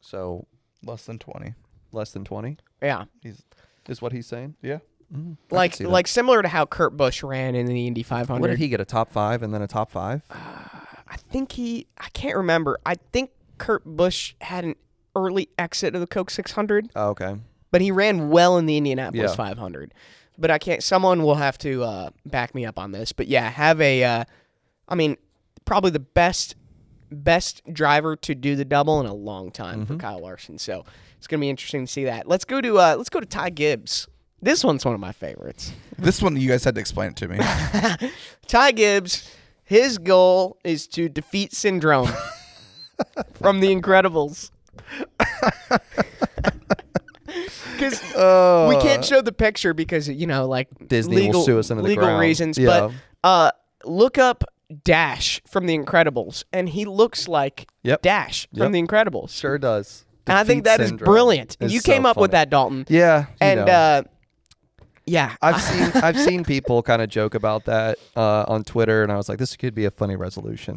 [SPEAKER 3] so
[SPEAKER 4] Less than twenty.
[SPEAKER 3] less than twenty
[SPEAKER 2] Yeah.
[SPEAKER 3] is what he's saying.
[SPEAKER 4] Yeah.
[SPEAKER 2] Like
[SPEAKER 3] Mm-hmm. see that.
[SPEAKER 2] like similar to how Kurt Busch ran in the Indy 500.
[SPEAKER 3] When did he get a top five and then a top five?
[SPEAKER 2] I think he I can't remember. I think Kurt Busch had an early exit of the Coke 600,
[SPEAKER 3] Oh, okay.
[SPEAKER 2] but he ran well in the Indianapolis
[SPEAKER 3] Yeah.
[SPEAKER 2] 500. But I can't someone will have to uh, back me up on this, but yeah, have a uh, I mean, probably the best best driver to do the double in a long time for Kyle Larson. So, it's going to be interesting to see that. Let's go to uh, let's go to Ty Gibbs. This one's one of my favorites.
[SPEAKER 4] This one you guys had to explain it to me.
[SPEAKER 2] Ty Gibbs, his goal is to defeat Syndrome from The Incredibles. because we can't show the picture because you know, like
[SPEAKER 3] Uh. Disney will
[SPEAKER 2] legal,
[SPEAKER 3] sue us into the
[SPEAKER 2] legal
[SPEAKER 3] ground.
[SPEAKER 2] reasons.
[SPEAKER 3] Yeah.
[SPEAKER 2] But uh, look up Dash from The Incredibles, and he looks like
[SPEAKER 3] Yep.
[SPEAKER 2] Dash from
[SPEAKER 3] Yep.
[SPEAKER 2] The Incredibles.
[SPEAKER 3] Sure does.
[SPEAKER 2] and I think
[SPEAKER 3] Defeat
[SPEAKER 2] that is
[SPEAKER 3] syndrome
[SPEAKER 2] brilliant.
[SPEAKER 3] is
[SPEAKER 2] you
[SPEAKER 3] so
[SPEAKER 2] came up with
[SPEAKER 3] funny.
[SPEAKER 2] that, Dalton.
[SPEAKER 3] Yeah. you
[SPEAKER 2] and
[SPEAKER 3] know.
[SPEAKER 2] uh, yeah,
[SPEAKER 3] I've seen I've seen people kind of joke about that uh, on Twitter, and I was like, this could be a funny resolution.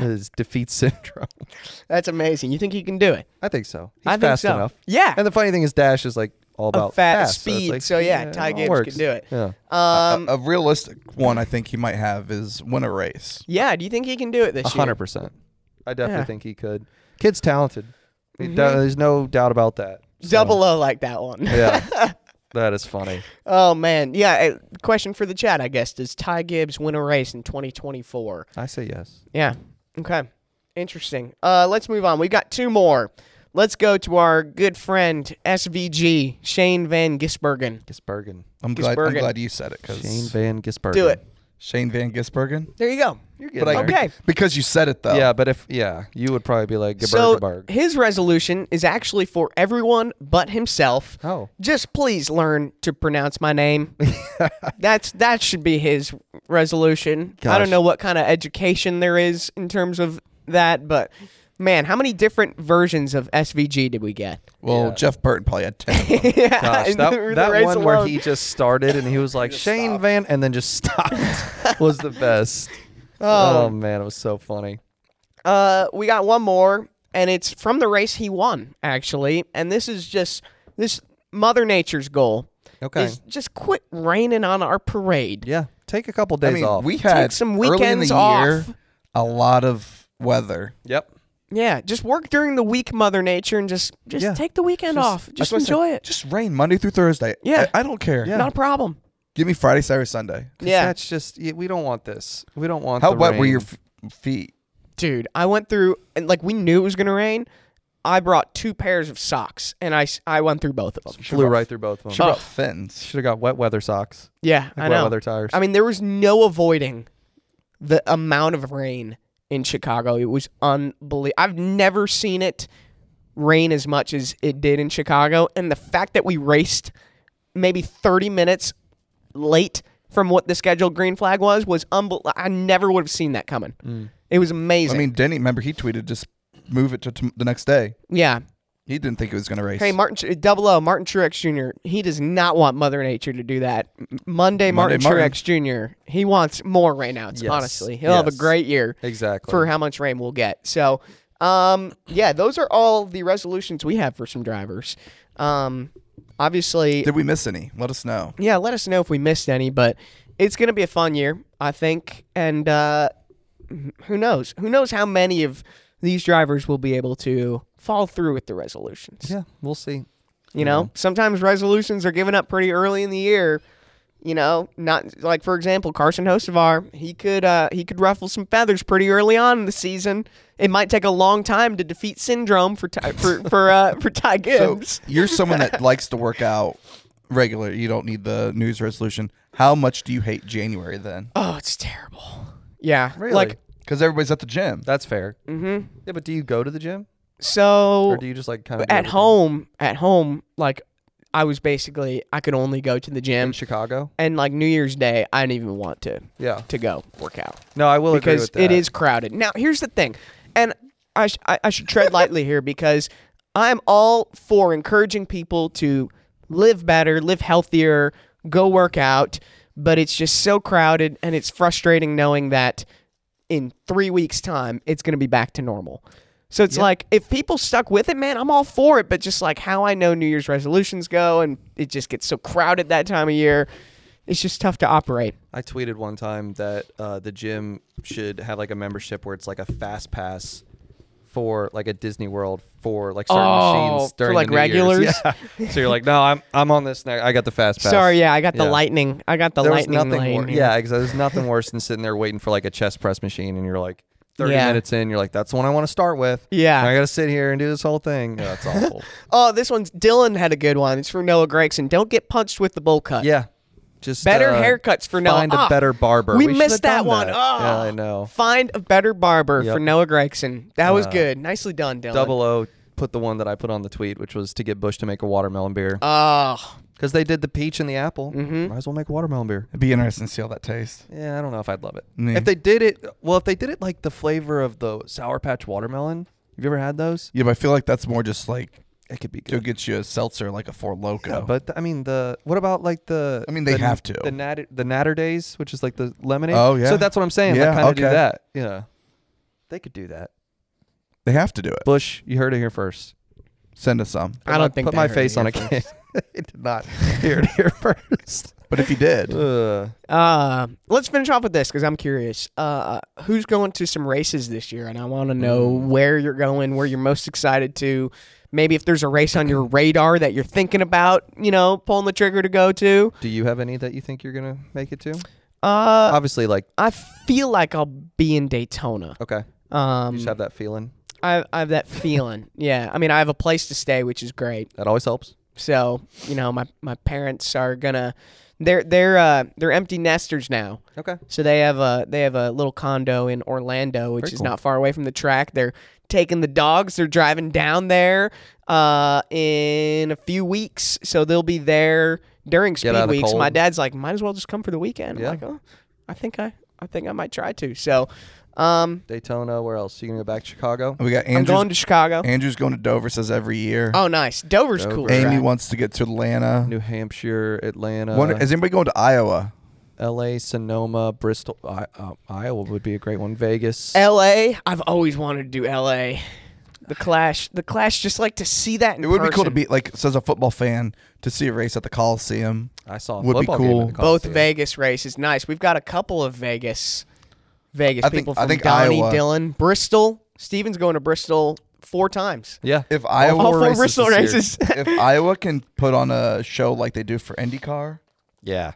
[SPEAKER 3] is defeat syndrome?
[SPEAKER 2] that's amazing. You think you can do it?
[SPEAKER 3] I think so. He's
[SPEAKER 2] I think
[SPEAKER 3] fast
[SPEAKER 2] so.
[SPEAKER 3] enough.
[SPEAKER 2] Yeah.
[SPEAKER 3] And the funny thing is, Dash is like all about
[SPEAKER 2] fat
[SPEAKER 3] fast, it's
[SPEAKER 2] speed,
[SPEAKER 3] like,
[SPEAKER 2] so yeah, Ty
[SPEAKER 3] it
[SPEAKER 2] Gibbs
[SPEAKER 3] works.
[SPEAKER 2] can do it.
[SPEAKER 3] Yeah.
[SPEAKER 2] Um,
[SPEAKER 4] a realistic one I think he might have is win a race.
[SPEAKER 2] yeah. Do you think he can do it this
[SPEAKER 3] A
[SPEAKER 2] year?
[SPEAKER 3] hundred percent. I definitely
[SPEAKER 2] Yeah. Mm-hmm.
[SPEAKER 3] think he could. Kid's talented. He do- there's no doubt about that. So,
[SPEAKER 2] Double O like that one.
[SPEAKER 3] Yeah. that is funny.
[SPEAKER 2] Oh man, yeah. uh, Question for the chat, I guess. Does Ty Gibbs win a race in 2024?
[SPEAKER 3] I say yes.
[SPEAKER 2] Yeah. Okay. Interesting. Uh, let's move on. We've got two more. Let's go to our good friend SVG Shane Van Gisbergen.
[SPEAKER 3] Gisbergen.
[SPEAKER 4] I'm glad, I'm
[SPEAKER 2] Gisbergen.
[SPEAKER 4] glad you said it because
[SPEAKER 3] Shane
[SPEAKER 4] Shane,
[SPEAKER 3] Van Gisbergen.
[SPEAKER 2] Do it.
[SPEAKER 4] Van Gisbergen.
[SPEAKER 2] There you go.
[SPEAKER 4] But I,
[SPEAKER 2] Okay.
[SPEAKER 4] Because you said it though.
[SPEAKER 3] Yeah, but if yeah, you would probably be like
[SPEAKER 2] Oh. So
[SPEAKER 3] Gisbergenberg.
[SPEAKER 2] his resolution is actually for everyone but himself.
[SPEAKER 3] Oh.
[SPEAKER 2] Just please learn to pronounce my name. That's that should be his resolution. I don't
[SPEAKER 3] Gosh.
[SPEAKER 2] know what kind of education there is in terms of that, but man, how many different versions of SVG did we get?
[SPEAKER 4] Well, Jeff Burton probably had ten. of them.
[SPEAKER 2] yeah,
[SPEAKER 3] Gosh,
[SPEAKER 2] in
[SPEAKER 3] that,
[SPEAKER 2] the- the
[SPEAKER 3] that
[SPEAKER 2] race
[SPEAKER 3] one where
[SPEAKER 2] alone.
[SPEAKER 3] he just started and he was like Shane Van and then just stopped was the best. Oh. man, it was so funny.
[SPEAKER 2] Uh, we got one more, and it's from the race he won, actually. And this is just this Mother Nature's goal.
[SPEAKER 3] Okay.
[SPEAKER 2] Is just quit raining on our parade.
[SPEAKER 3] Yeah, take a couple
[SPEAKER 4] I
[SPEAKER 3] days
[SPEAKER 4] mean,
[SPEAKER 3] off.
[SPEAKER 4] we had
[SPEAKER 2] some
[SPEAKER 4] early in
[SPEAKER 2] weekends
[SPEAKER 4] the
[SPEAKER 2] off.
[SPEAKER 4] year a lot of weather.
[SPEAKER 3] yep.
[SPEAKER 2] Yeah, just work during the week, Mother Nature, and just just
[SPEAKER 3] Yeah.
[SPEAKER 2] take the weekend off. Just enjoy it.
[SPEAKER 4] Just rain Monday through Thursday.
[SPEAKER 2] Yeah.
[SPEAKER 4] I, I don't care.
[SPEAKER 3] Yeah.
[SPEAKER 2] Not a problem.
[SPEAKER 4] Give me Friday, Saturday, Sunday.
[SPEAKER 3] 'Cause
[SPEAKER 2] Yeah.
[SPEAKER 3] That's just yeah, we don't want this. We don't want
[SPEAKER 4] How
[SPEAKER 3] the
[SPEAKER 4] wet were
[SPEAKER 3] rain.
[SPEAKER 4] your f- feet?
[SPEAKER 2] Dude, I went through and like we knew it was gonna rain. I brought two pairs of socks and I s- I went through both of them.
[SPEAKER 3] flew right through both of
[SPEAKER 4] She
[SPEAKER 3] them.
[SPEAKER 4] brought fins.
[SPEAKER 3] Should have got wet weather socks.
[SPEAKER 2] Yeah,
[SPEAKER 3] Like
[SPEAKER 2] I
[SPEAKER 3] wet
[SPEAKER 2] know.
[SPEAKER 3] weather tires.
[SPEAKER 2] I mean, there was no avoiding the amount of rain in Chicago. It was unbelievable. I've never seen it rain as much as it did in Chicago, and the fact that we raced maybe 30 minutes late from what the scheduled green flag was was unbelievable. I never would have seen that coming. It was
[SPEAKER 4] I
[SPEAKER 2] amazing.
[SPEAKER 4] mean, Denny. Remember, he tweeted just move it to t- the next day.
[SPEAKER 2] yeah.
[SPEAKER 4] He didn't think it was going to race.
[SPEAKER 2] Hey, Martin, Tr- double O, Martin Truex Jr., he does not want Mother Nature to do that. M- Monday, Martin,
[SPEAKER 4] Martin.
[SPEAKER 2] Truex Jr., he wants more rainouts,
[SPEAKER 3] Yes.
[SPEAKER 2] honestly. He'll have a
[SPEAKER 3] Yes.
[SPEAKER 2] great year
[SPEAKER 3] exactly.
[SPEAKER 2] for how much rain we'll get. So, um, yeah, those are all the resolutions we have for some drivers. Um, obviously,
[SPEAKER 4] Did we miss any? Let us know.
[SPEAKER 2] yeah, let us know if we missed any, but it's going to be a fun year, I think. And uh, who knows? Who knows how many of these drivers will be able to follow through with the resolutions?
[SPEAKER 3] yeah, we'll see.
[SPEAKER 2] You know, sometimes resolutions are given up pretty early in the year. You know, not like for example, Carson Hocevar, he could uh, he could ruffle some feathers pretty early on in the season. It might take a long time to defeat syndrome for Ty, for for uh, for Ty
[SPEAKER 4] So
[SPEAKER 2] Gibbs.
[SPEAKER 4] you're someone that likes to work out regular. You don't need the news resolution. How much do you hate January then?
[SPEAKER 2] oh, it's terrible. Yeah,
[SPEAKER 3] Really?
[SPEAKER 2] like
[SPEAKER 4] Because everybody's at the gym.
[SPEAKER 3] That's fair. Mm-hmm. Yeah, but do you go to the gym
[SPEAKER 2] so
[SPEAKER 3] or do you just like kind of
[SPEAKER 2] at home at home like I was basically I could only go to the
[SPEAKER 3] in
[SPEAKER 2] gym
[SPEAKER 3] Chicago?
[SPEAKER 2] and like New Year's Day I didn't even want to
[SPEAKER 3] Yeah.
[SPEAKER 2] to go work out.
[SPEAKER 3] No, I will agree
[SPEAKER 2] because
[SPEAKER 3] with that.
[SPEAKER 2] it is crowded. Now, here's the thing, and I, sh- I, I should tread lightly here because I'm all for encouraging people to live better, live healthier, go work out, but it's just so crowded and it's frustrating knowing that in three weeks' time, it's going to be back to normal. So it's like if people stuck with it, man, I'm all for it. But just like how I know New Year's resolutions go, and it just gets so crowded that time of year, it's just tough to operate.
[SPEAKER 3] I tweeted one time that uh, the gym should have like a membership where it's like a fast pass for like a Disney World for like certain
[SPEAKER 2] Oh,
[SPEAKER 3] machines
[SPEAKER 2] for,
[SPEAKER 3] during
[SPEAKER 2] like,
[SPEAKER 3] the New Year's.
[SPEAKER 2] regulars?
[SPEAKER 3] Yeah. so you're like, no, I'm I'm on this. Now. I got the fast pass.
[SPEAKER 2] Sorry, yeah, I got the
[SPEAKER 3] Yeah.
[SPEAKER 2] lightning. I got the
[SPEAKER 3] There was
[SPEAKER 2] lightning
[SPEAKER 3] nothing.
[SPEAKER 2] lane.
[SPEAKER 3] wor- yeah, exactly. There's nothing worse than sitting there waiting for like a chest press machine, and you're like. 30
[SPEAKER 2] Yeah.
[SPEAKER 3] minutes in, you're like, that's the one I want to start with.
[SPEAKER 2] Yeah.
[SPEAKER 3] And I got to sit here and do this whole thing. Yeah, that's awful.
[SPEAKER 2] Oh, this one's Dylan had a good one. It's from Noah Gregson. Don't get punched with the bowl cut.
[SPEAKER 3] yeah. Just
[SPEAKER 2] Better
[SPEAKER 3] uh,
[SPEAKER 2] haircuts for Noah.
[SPEAKER 3] Find a
[SPEAKER 2] Ah,
[SPEAKER 3] better barber.
[SPEAKER 2] We,
[SPEAKER 3] should have
[SPEAKER 2] missed that
[SPEAKER 3] done
[SPEAKER 2] one. Oh.
[SPEAKER 3] Yeah, I know.
[SPEAKER 2] Find a better barber for
[SPEAKER 3] Yep. Uh,
[SPEAKER 2] Noah Gregson. That was good. Nicely done, Dylan.
[SPEAKER 3] Double O put the one that I put on the tweet, which was to get Bush to make a watermelon beer
[SPEAKER 2] Oh,
[SPEAKER 3] because they did the peach and the apple. Might as well make watermelon beer.
[SPEAKER 4] It'd be interesting to see how that tastes.
[SPEAKER 3] Yeah, I don't know if I'd love it.
[SPEAKER 4] Yeah.
[SPEAKER 3] If they did it, well, if they did it like the flavor of the sour patch watermelon, have you ever had those?
[SPEAKER 4] Yeah, but I feel like that's more just like
[SPEAKER 3] It could be good.
[SPEAKER 4] to get you a seltzer like a Four Loco.
[SPEAKER 3] Yeah, but th- I mean the what about like the
[SPEAKER 4] I mean, they
[SPEAKER 3] the-
[SPEAKER 4] have to.
[SPEAKER 3] the natter the natter days, which is like the lemonade.
[SPEAKER 4] Oh, yeah.
[SPEAKER 3] So that's what I'm saying. like,
[SPEAKER 4] Yeah,
[SPEAKER 3] kind of do
[SPEAKER 4] okay.
[SPEAKER 3] that. Yeah, they could do that.
[SPEAKER 4] they have to do it.
[SPEAKER 3] Bush, you heard it here first.
[SPEAKER 4] Send us some.
[SPEAKER 2] I don't think
[SPEAKER 3] put
[SPEAKER 2] they
[SPEAKER 3] my
[SPEAKER 2] heard it
[SPEAKER 3] face on a
[SPEAKER 2] here
[SPEAKER 3] can. it did not hear it here first.
[SPEAKER 4] But if you did,
[SPEAKER 3] Ugh.
[SPEAKER 2] Uh, let's finish off with this because I'm curious. Uh, who's going to some races this year? And I want to know where you're going, where you're most excited to. Maybe if there's a race on your radar that you're thinking about, you know, pulling the trigger to go to.
[SPEAKER 3] Do you have any that you think you're gonna make it to?
[SPEAKER 2] Uh,
[SPEAKER 3] Obviously, like
[SPEAKER 2] I feel like I'll be in Daytona.
[SPEAKER 3] okay, you
[SPEAKER 2] Um,
[SPEAKER 3] just have that feeling.
[SPEAKER 2] I, I have that feeling. Yeah, I mean, I have a place to stay, which is great.
[SPEAKER 3] That always helps.
[SPEAKER 2] So you know, my my parents are gonna, they're they're uh, they're empty nesters now.
[SPEAKER 3] Okay.
[SPEAKER 2] So they have a they have a little condo in Orlando, which is not far away from the track. They're taking the dogs. They're driving down there uh, in a few weeks, so they'll be there during
[SPEAKER 3] out
[SPEAKER 2] speed
[SPEAKER 3] of the
[SPEAKER 2] weeks. My
[SPEAKER 3] cold.
[SPEAKER 2] dad's like, might as well just come for the weekend.
[SPEAKER 3] Yeah.
[SPEAKER 2] I'm like, oh, I think I I think I might try to. So, um,
[SPEAKER 3] Daytona. Where else? You gonna go back to Chicago?
[SPEAKER 4] we got
[SPEAKER 2] I'm
[SPEAKER 4] Andrew's,
[SPEAKER 2] going to Chicago.
[SPEAKER 4] Andrew's going to Dover, says every year.
[SPEAKER 2] Oh, nice. Dover's cool.
[SPEAKER 4] Amy
[SPEAKER 2] track.
[SPEAKER 4] wants to get to Atlanta.
[SPEAKER 3] New Hampshire,
[SPEAKER 2] uh,
[SPEAKER 3] Atlanta,
[SPEAKER 4] Wonder, is anybody going to Iowa?
[SPEAKER 3] L.A., Sonoma, Bristol. I, uh, Iowa would be a great one. Vegas.
[SPEAKER 2] L.A. I've always wanted to do L.A. The Clash. The Clash. Just like to see that. In
[SPEAKER 4] It would be cool to
[SPEAKER 2] person.
[SPEAKER 4] be like, says a football fan, to see a race at the Coliseum.
[SPEAKER 3] I saw a
[SPEAKER 4] Would be
[SPEAKER 3] football game at
[SPEAKER 4] cool.
[SPEAKER 3] the
[SPEAKER 2] both
[SPEAKER 3] Coliseum.
[SPEAKER 2] Vegas races. Nice. We've got a couple of Vegas, Vegas
[SPEAKER 4] I think-
[SPEAKER 2] people
[SPEAKER 4] I
[SPEAKER 2] from
[SPEAKER 4] think
[SPEAKER 2] Donnie,
[SPEAKER 4] Iowa-
[SPEAKER 2] Dillon, Bristol. Steven's going to Bristol four times.
[SPEAKER 3] Yeah.
[SPEAKER 4] If Iowa,
[SPEAKER 2] four
[SPEAKER 4] races
[SPEAKER 2] Bristol
[SPEAKER 4] this year-
[SPEAKER 2] races.
[SPEAKER 4] if Iowa can put on a show like they do for IndyCar,
[SPEAKER 3] yeah.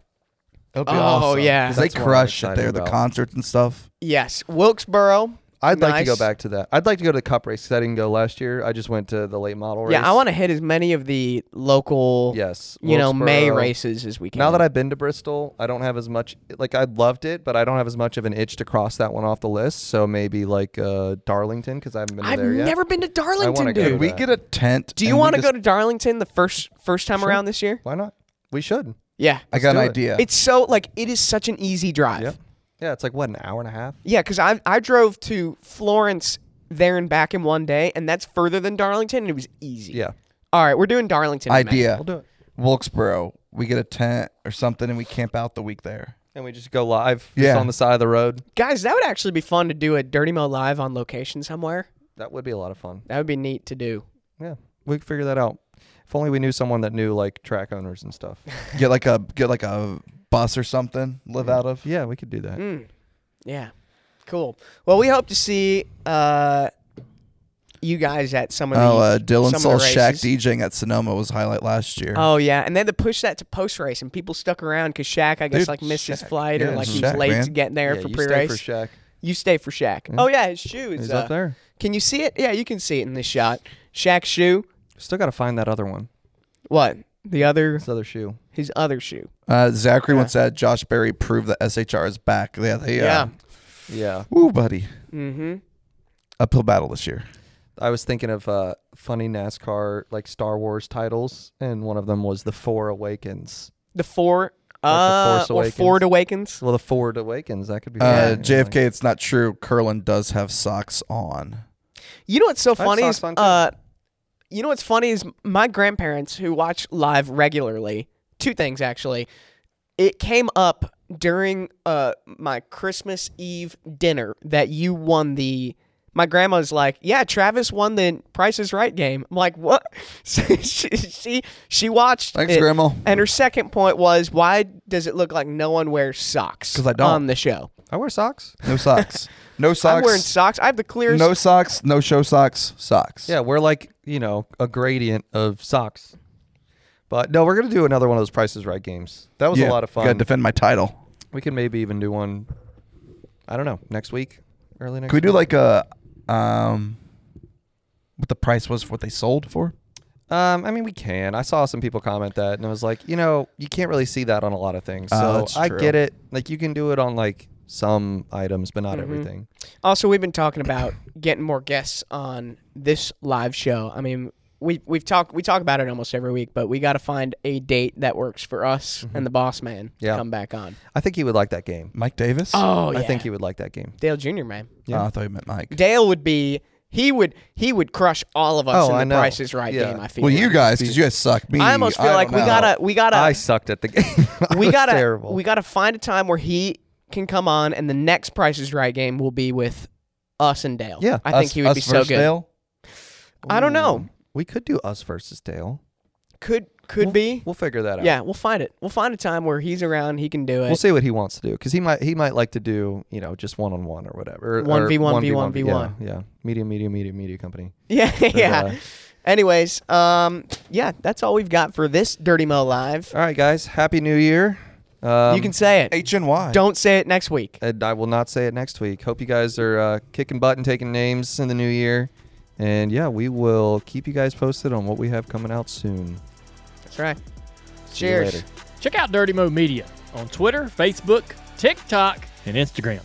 [SPEAKER 4] it'll be
[SPEAKER 2] Oh,
[SPEAKER 4] awesome.
[SPEAKER 2] yeah.
[SPEAKER 4] 'Cause they
[SPEAKER 3] That's what I'm
[SPEAKER 4] crush it
[SPEAKER 3] excited
[SPEAKER 4] there, the
[SPEAKER 3] about.
[SPEAKER 4] concerts and stuff.
[SPEAKER 2] Yes, Wilkesboro.
[SPEAKER 3] I'd like to go
[SPEAKER 2] Nice.
[SPEAKER 3] back to that. I'd like to go to the cup race 'cause I didn't go last year. I just went to the late model race.
[SPEAKER 2] Yeah, I want to hit as many of the local.
[SPEAKER 3] Yes,
[SPEAKER 2] you know May
[SPEAKER 3] Wilkesboro.
[SPEAKER 2] races as we can.
[SPEAKER 3] Now that I've been to Bristol, I don't have as much. Like I loved it, but I don't have as much of an itch to cross that one off the list. So maybe like uh, Darlington because I haven't been to
[SPEAKER 2] I've
[SPEAKER 3] there yet.
[SPEAKER 2] never been to
[SPEAKER 3] wanna
[SPEAKER 2] Darlington,
[SPEAKER 3] go to
[SPEAKER 2] dude.
[SPEAKER 3] that.
[SPEAKER 4] We get a tent.
[SPEAKER 2] Do you
[SPEAKER 4] and we
[SPEAKER 2] want to
[SPEAKER 4] just-
[SPEAKER 2] go to Darlington the first first time around this year?
[SPEAKER 3] Why not? We should.
[SPEAKER 2] Yeah,
[SPEAKER 4] I got an
[SPEAKER 3] do it.
[SPEAKER 4] idea.
[SPEAKER 2] it's so like it is such an easy drive.
[SPEAKER 3] Yep. Yeah, it's like what an hour and a half.
[SPEAKER 2] Yeah, because I I drove to Florence there and back in one day, and that's further than Darlington, and it was easy.
[SPEAKER 3] Yeah.
[SPEAKER 2] All right, we're doing Darlington. in May.
[SPEAKER 4] idea.
[SPEAKER 3] We'll do it.
[SPEAKER 4] Wilkesboro. We get a tent or something, and we camp out the week there.
[SPEAKER 3] And we just go live.
[SPEAKER 4] Yeah.
[SPEAKER 3] Just on the side of the road.
[SPEAKER 2] guys. That would actually be fun to do a Dirty Mo live on location somewhere.
[SPEAKER 3] That would be a lot of fun.
[SPEAKER 2] That would be neat to do.
[SPEAKER 3] Yeah. We could figure that out. If only we knew someone that knew like track owners and stuff.
[SPEAKER 4] Get like a get like a bus or something. Live out of.
[SPEAKER 3] yeah, we could do that.
[SPEAKER 2] Yeah, cool. Well, we hope to see uh, you guys at some of the.
[SPEAKER 4] Oh, uh, Dylan
[SPEAKER 2] some
[SPEAKER 4] saw
[SPEAKER 2] of the
[SPEAKER 4] Shaq
[SPEAKER 2] races.
[SPEAKER 4] DJing at Sonoma was highlight last year.
[SPEAKER 2] Oh yeah, and they had to push that to post race, and people stuck around because Shaq, I guess,
[SPEAKER 4] Dude,
[SPEAKER 2] like missed his
[SPEAKER 4] Shaq.
[SPEAKER 2] flight or
[SPEAKER 4] Yeah,
[SPEAKER 2] like he was
[SPEAKER 4] Shaq,
[SPEAKER 2] late
[SPEAKER 4] man.
[SPEAKER 2] to get there
[SPEAKER 3] Yeah,
[SPEAKER 2] for
[SPEAKER 3] you
[SPEAKER 2] pre
[SPEAKER 3] stay for
[SPEAKER 2] race.
[SPEAKER 3] Shaq. Mm-hmm.
[SPEAKER 2] You stay for Shaq. Oh yeah, his shoe is
[SPEAKER 3] He's
[SPEAKER 2] uh,
[SPEAKER 3] up there.
[SPEAKER 2] Can you see it? Yeah, you can see it in this shot. Shaq's shoe.
[SPEAKER 3] Still got to find that other one.
[SPEAKER 2] What? The other,
[SPEAKER 3] This other shoe.
[SPEAKER 2] his other shoe.
[SPEAKER 4] Uh, Zachary once said Josh Berry proved that SHR is back. Yeah, they, uh,
[SPEAKER 3] Yeah.
[SPEAKER 4] Woo, buddy.
[SPEAKER 2] Mm-hmm.
[SPEAKER 4] Uphill battle this year.
[SPEAKER 3] I was thinking of uh, funny NASCAR like Star Wars titles, and one of them was the Four Awakens.
[SPEAKER 2] The four. Uh,
[SPEAKER 3] Like the Force
[SPEAKER 2] or Ford Awakens.
[SPEAKER 3] Well, the Ford Awakens that could be.
[SPEAKER 4] Uh,
[SPEAKER 3] fun, you know,
[SPEAKER 4] JFK, it's not true. Curlin does have socks on.
[SPEAKER 2] You know what's so
[SPEAKER 3] have
[SPEAKER 2] funny is,
[SPEAKER 3] socks on, too.
[SPEAKER 2] uh, you know what's funny is my grandparents who watch live regularly. Two things actually. It came up during uh my Christmas Eve dinner that you won the. My grandma's like, yeah, Travis won the Price is Right game. I'm like, what? she, she she watched.
[SPEAKER 4] Thanks,
[SPEAKER 2] it.
[SPEAKER 4] Grandma.
[SPEAKER 2] And her second point was, why does it look like no one wears socks?
[SPEAKER 4] 'Cause I don't.
[SPEAKER 2] on the show.
[SPEAKER 3] I wear socks.
[SPEAKER 4] No socks. no
[SPEAKER 2] I'm wearing
[SPEAKER 4] socks.
[SPEAKER 2] socks. I have the clearest.
[SPEAKER 4] No socks. No show socks. Socks.
[SPEAKER 3] Yeah, we're like you know a gradient of socks. But no, we're gonna do another one of those Prices Right games. That was
[SPEAKER 4] Yeah,
[SPEAKER 3] a lot of fun.
[SPEAKER 4] Gotta defend my title.
[SPEAKER 3] we can maybe even do one. I don't know next week, early next.
[SPEAKER 4] Can we do
[SPEAKER 3] week?
[SPEAKER 4] like a um, what the price was for what they sold for?
[SPEAKER 3] Um, I mean, we can. I saw some people comment that, and I was like, you know, you can't really see that on a lot of things. So
[SPEAKER 4] Uh, that's
[SPEAKER 3] I
[SPEAKER 4] true.
[SPEAKER 3] get it. Like, you can do it on like some items, but
[SPEAKER 2] Mm-hmm.
[SPEAKER 3] not everything.
[SPEAKER 2] Also, we've been talking about getting more guests on this live show. I mean, we we've talked we talk about it almost every week, but we got to find a date that works for us and the boss man
[SPEAKER 3] Mm-hmm. Yeah.
[SPEAKER 2] to come back on.
[SPEAKER 3] I think he would like that game.
[SPEAKER 4] Mike Davis?
[SPEAKER 2] Oh, yeah.
[SPEAKER 3] I think he would like that game.
[SPEAKER 2] Dale Jr. Man.
[SPEAKER 4] yeah. I thought you meant Mike.
[SPEAKER 2] Dale would be he would he would crush all of us
[SPEAKER 3] Oh,
[SPEAKER 2] in the
[SPEAKER 3] I know.
[SPEAKER 2] Price is Right
[SPEAKER 3] Yeah.
[SPEAKER 2] game. I feel.
[SPEAKER 4] well, you
[SPEAKER 2] like.
[SPEAKER 4] guys, because you guys suck. Me,
[SPEAKER 2] I almost feel
[SPEAKER 4] don't
[SPEAKER 2] like we
[SPEAKER 4] know.
[SPEAKER 2] gotta we gotta
[SPEAKER 3] I sucked at the game. I
[SPEAKER 2] we
[SPEAKER 3] was
[SPEAKER 2] gotta
[SPEAKER 3] terrible.
[SPEAKER 2] we gotta find a time where he can come on, and the next Price is Right game will be with us and Dale.
[SPEAKER 3] Yeah,
[SPEAKER 2] I think
[SPEAKER 4] Us-
[SPEAKER 2] he would
[SPEAKER 4] us
[SPEAKER 2] be so
[SPEAKER 4] versus
[SPEAKER 2] good.
[SPEAKER 4] Dale?
[SPEAKER 2] I don't know.
[SPEAKER 3] We could do us versus Dale.
[SPEAKER 2] Could could
[SPEAKER 3] We'll-
[SPEAKER 2] be.
[SPEAKER 3] We'll figure that out.
[SPEAKER 2] yeah, we'll find it. We'll find a time where he's around. He can do it.
[SPEAKER 3] uh, We'll see what he wants to do because he might he might like to do you know just one on one or whatever or-
[SPEAKER 2] 1v1,
[SPEAKER 3] or 1v1,
[SPEAKER 2] v1.
[SPEAKER 3] yeah, yeah media media media media company
[SPEAKER 2] Yeah, yeah.
[SPEAKER 3] uh,
[SPEAKER 2] Anyways, um, yeah, that's all we've got for this Dirty Mo Live.
[SPEAKER 3] all right guys happy new year um,
[SPEAKER 2] you can say it.
[SPEAKER 4] HNY.
[SPEAKER 2] Don't say it next week.
[SPEAKER 3] and I will not say it next week hope you guys are uh, kicking butt and taking names in the new year and yeah we will keep you guys posted on what we have coming out soon
[SPEAKER 2] That's right.
[SPEAKER 3] See you
[SPEAKER 2] Cheers.
[SPEAKER 3] later.
[SPEAKER 1] Check out Dirty Mo Media on Twitter, Facebook, TikTok, and Instagram.